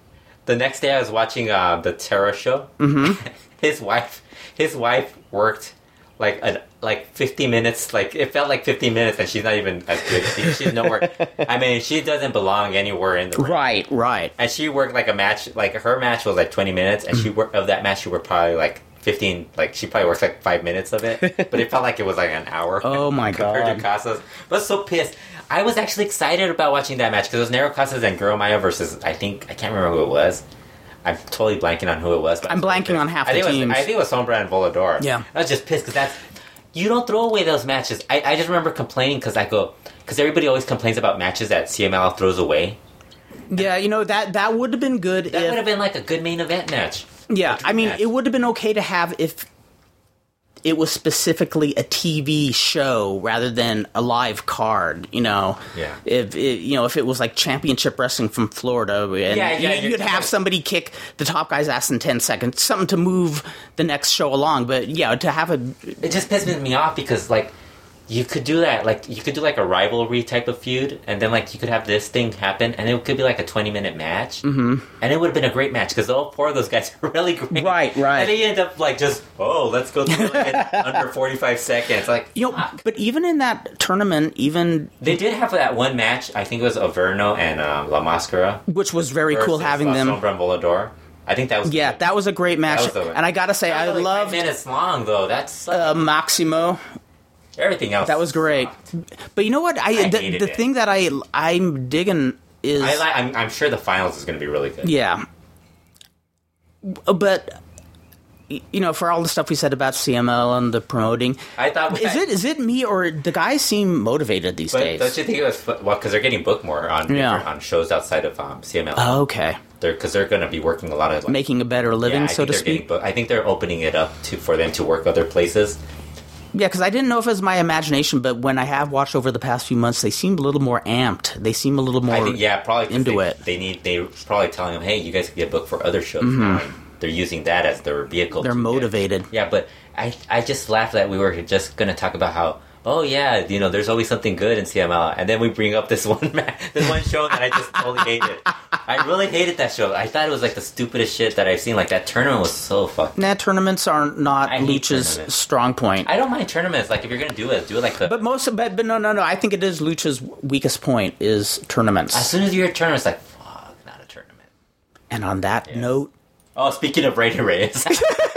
the next day I was watching uh, the Terror show. Mm-hmm. his wife, his wife worked like a, like 50 minutes. Like it felt like 50 minutes, and she's not even as good. She- She's nowhere. I mean, she doesn't belong anywhere in the ring. right, right. and she worked like a match like her match was like 20 minutes and she Mm. worked of that match she worked probably like 15 like she probably worked like five minutes of it but it felt like it was like an hour Oh my compared God. to casas but so pissed I was actually excited about watching that match because it was Nero Casas and Girl Maya versus I think I can't remember who it was. I'm totally blanking on who it was. But I'm I was really blanking pissed. on half I the think It teams. was, I think it was Sombra and Volador. Yeah. I was just pissed because that's you don't throw away those matches. I, I just remember complaining because I go because everybody always complains about matches that CML throws away. Yeah, you know that that would have been good That would if have been like a good main event match. Yeah, I mean, match. it would have been okay to have if it was specifically a TV show rather than a live card. You know, Yeah. If it, you know, if it was like championship wrestling from Florida, and Yeah, yeah, you, you're would have right. somebody kick the top guy's ass in ten seconds, something to move the next show along. But yeah, to have a It just pisses me off because like you could do that like you could do like a rivalry type of feud and then like you could have this thing happen and it could be like a 20 minute match mm-hmm. and it would have been a great match because all four of those guys are really great Right, right. and they end up like just oh let's go through like in under 45 seconds like you know, fuck. but even in that tournament, even they did have that one match I think it was Averno and um, La Mascara which was very cool having them. from Volador I think that was Yeah, that was a great match, was the- and I gotta say, That I was only five loved minutes long though that's uh, Maximo. everything else That was great. But you know what? I, the, hated the it. thing that I I'm digging is I like, I'm, I'm sure the finals is going to be really good yeah. But y- you know, for all the stuff we said about CML and the promoting, I thought is it is it me or the guys seem motivated these But days? don't you think it was fu- well because they're getting booked more on Yeah. Oh. different- on shows outside of um, CML? okay, because they're going to be working a lot of like, making a better yeah, living, I so think to they're speak. Getting booked. I think they're opening it up to for them to work other places. Yeah, because I didn't know if it was my imagination, but when I have watched over the past few months, they seem a little more amped. They seem a little more. I think yeah, probably 'cause into they, it. Mm-hmm. They need they probably telling them, hey, you guys can get booked for other shows. now." They're using that as their vehicle. they're to get- motivated. Yeah, but I I just laughed that we were just going to talk about how. Oh yeah, you know, there's always something good in CML, and then we bring up this one ma- this one show that I just totally hated. I really hated that show. I thought it was like the stupidest shit that I've seen. Like that tournament was so fucked. Nah, tournaments are not I hate Lucha's tournaments. strong point. I don't mind tournaments. Like if you're gonna do it, do it like the. But most, but, but no, no, no. I think it is Lucha's weakest point is as tournaments. soon as you're at tournaments, like fuck, not a tournament. And on that note, Oh, speaking of Raider Reyes,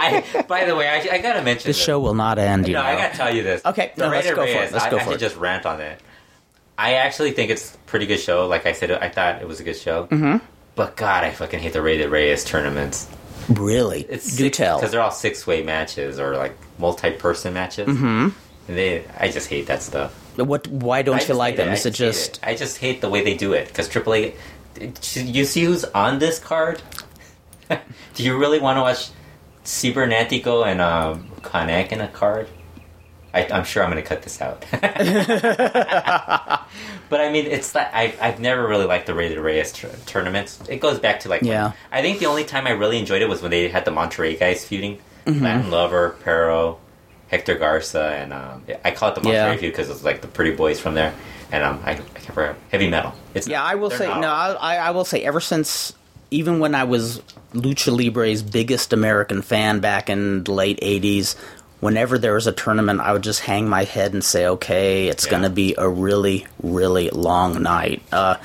I, by the way, I, I gotta mention the this. show will not end. You No, know, I gotta tell you this. Okay, The no, let's Raider go for it. Reyes, Let's I, go I for should it. just rant on it. I actually think it's a pretty good show. Like I said, I thought it was a good show. Mm-hmm. But God, I fucking hate the Raider Reyes tournaments. really, It's do tell. because they're all six-way matches or like multi-person matches. Mm-hmm. And they, I just hate that stuff. What? Why I don't you just like hate them? I Is it hate just? I just hate the way they do it because AAA. You see who's on this card? do you really want to watch Cibernetico and um, Connect in a card? I, I'm sure I'm going to cut this out. but I mean, it's like I've, I've never really liked the Ray to Reyes tr- tournaments. It goes back to like when- Yeah. I think the only time I really enjoyed it was when they had the Monterey guys feuding, Mm-hmm. Latin Lover, Pero, Hector Garza, and um, I call it the Monterey Yeah. feud because it's like the pretty boys from there, and um, I, I can't remember heavy metal. It's Yeah, I will they're say not- no. I, I I will say ever since, even when I was Lucha Libre's biggest American fan back in the late '80s, whenever there was a tournament, I would just hang my head and say, "Okay, it's Yeah. going to be a really, really long night." Uh,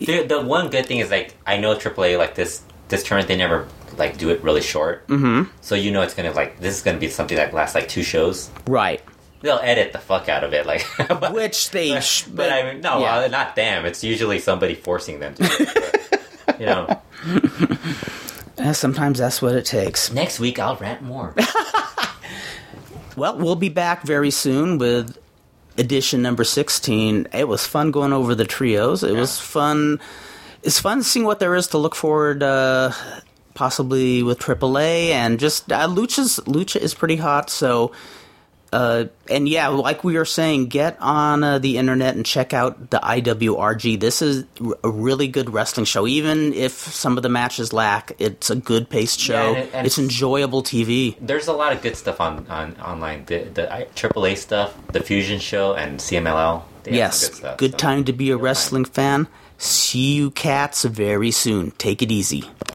The, the one good thing is like I know AAA like this this tournament they never like do it really short, mm-hmm. so you know it's gonna like this is gonna be something that lasts like two shows. right. They'll edit the fuck out of it, like. but, Which they, sh- but I mean, no, yeah. uh, not them. It's usually somebody forcing them to. Do it, but, you know, Eh, sometimes that's what it takes. next week I'll rant more. Well, we'll be back very soon with edition number 16. It was fun going over the trios. It was fun. It's fun seeing what there is to look forward uh possibly with AAA and just uh, Lucha's Lucha is pretty hot, so uh, and yeah, like we were saying, get on uh, the internet and check out the IWRG. This is r- a really good wrestling show. Even if some of the matches lack, it's a good paced show. Yeah, and it- and it's it's- enjoyable TV. There's a lot of good stuff on, on online. The the I, AAA stuff, the Fusion Show, and CMLL. They have Yes. some Good, stuff, so. time to be a wrestling fan. See you cats very soon. Take it easy.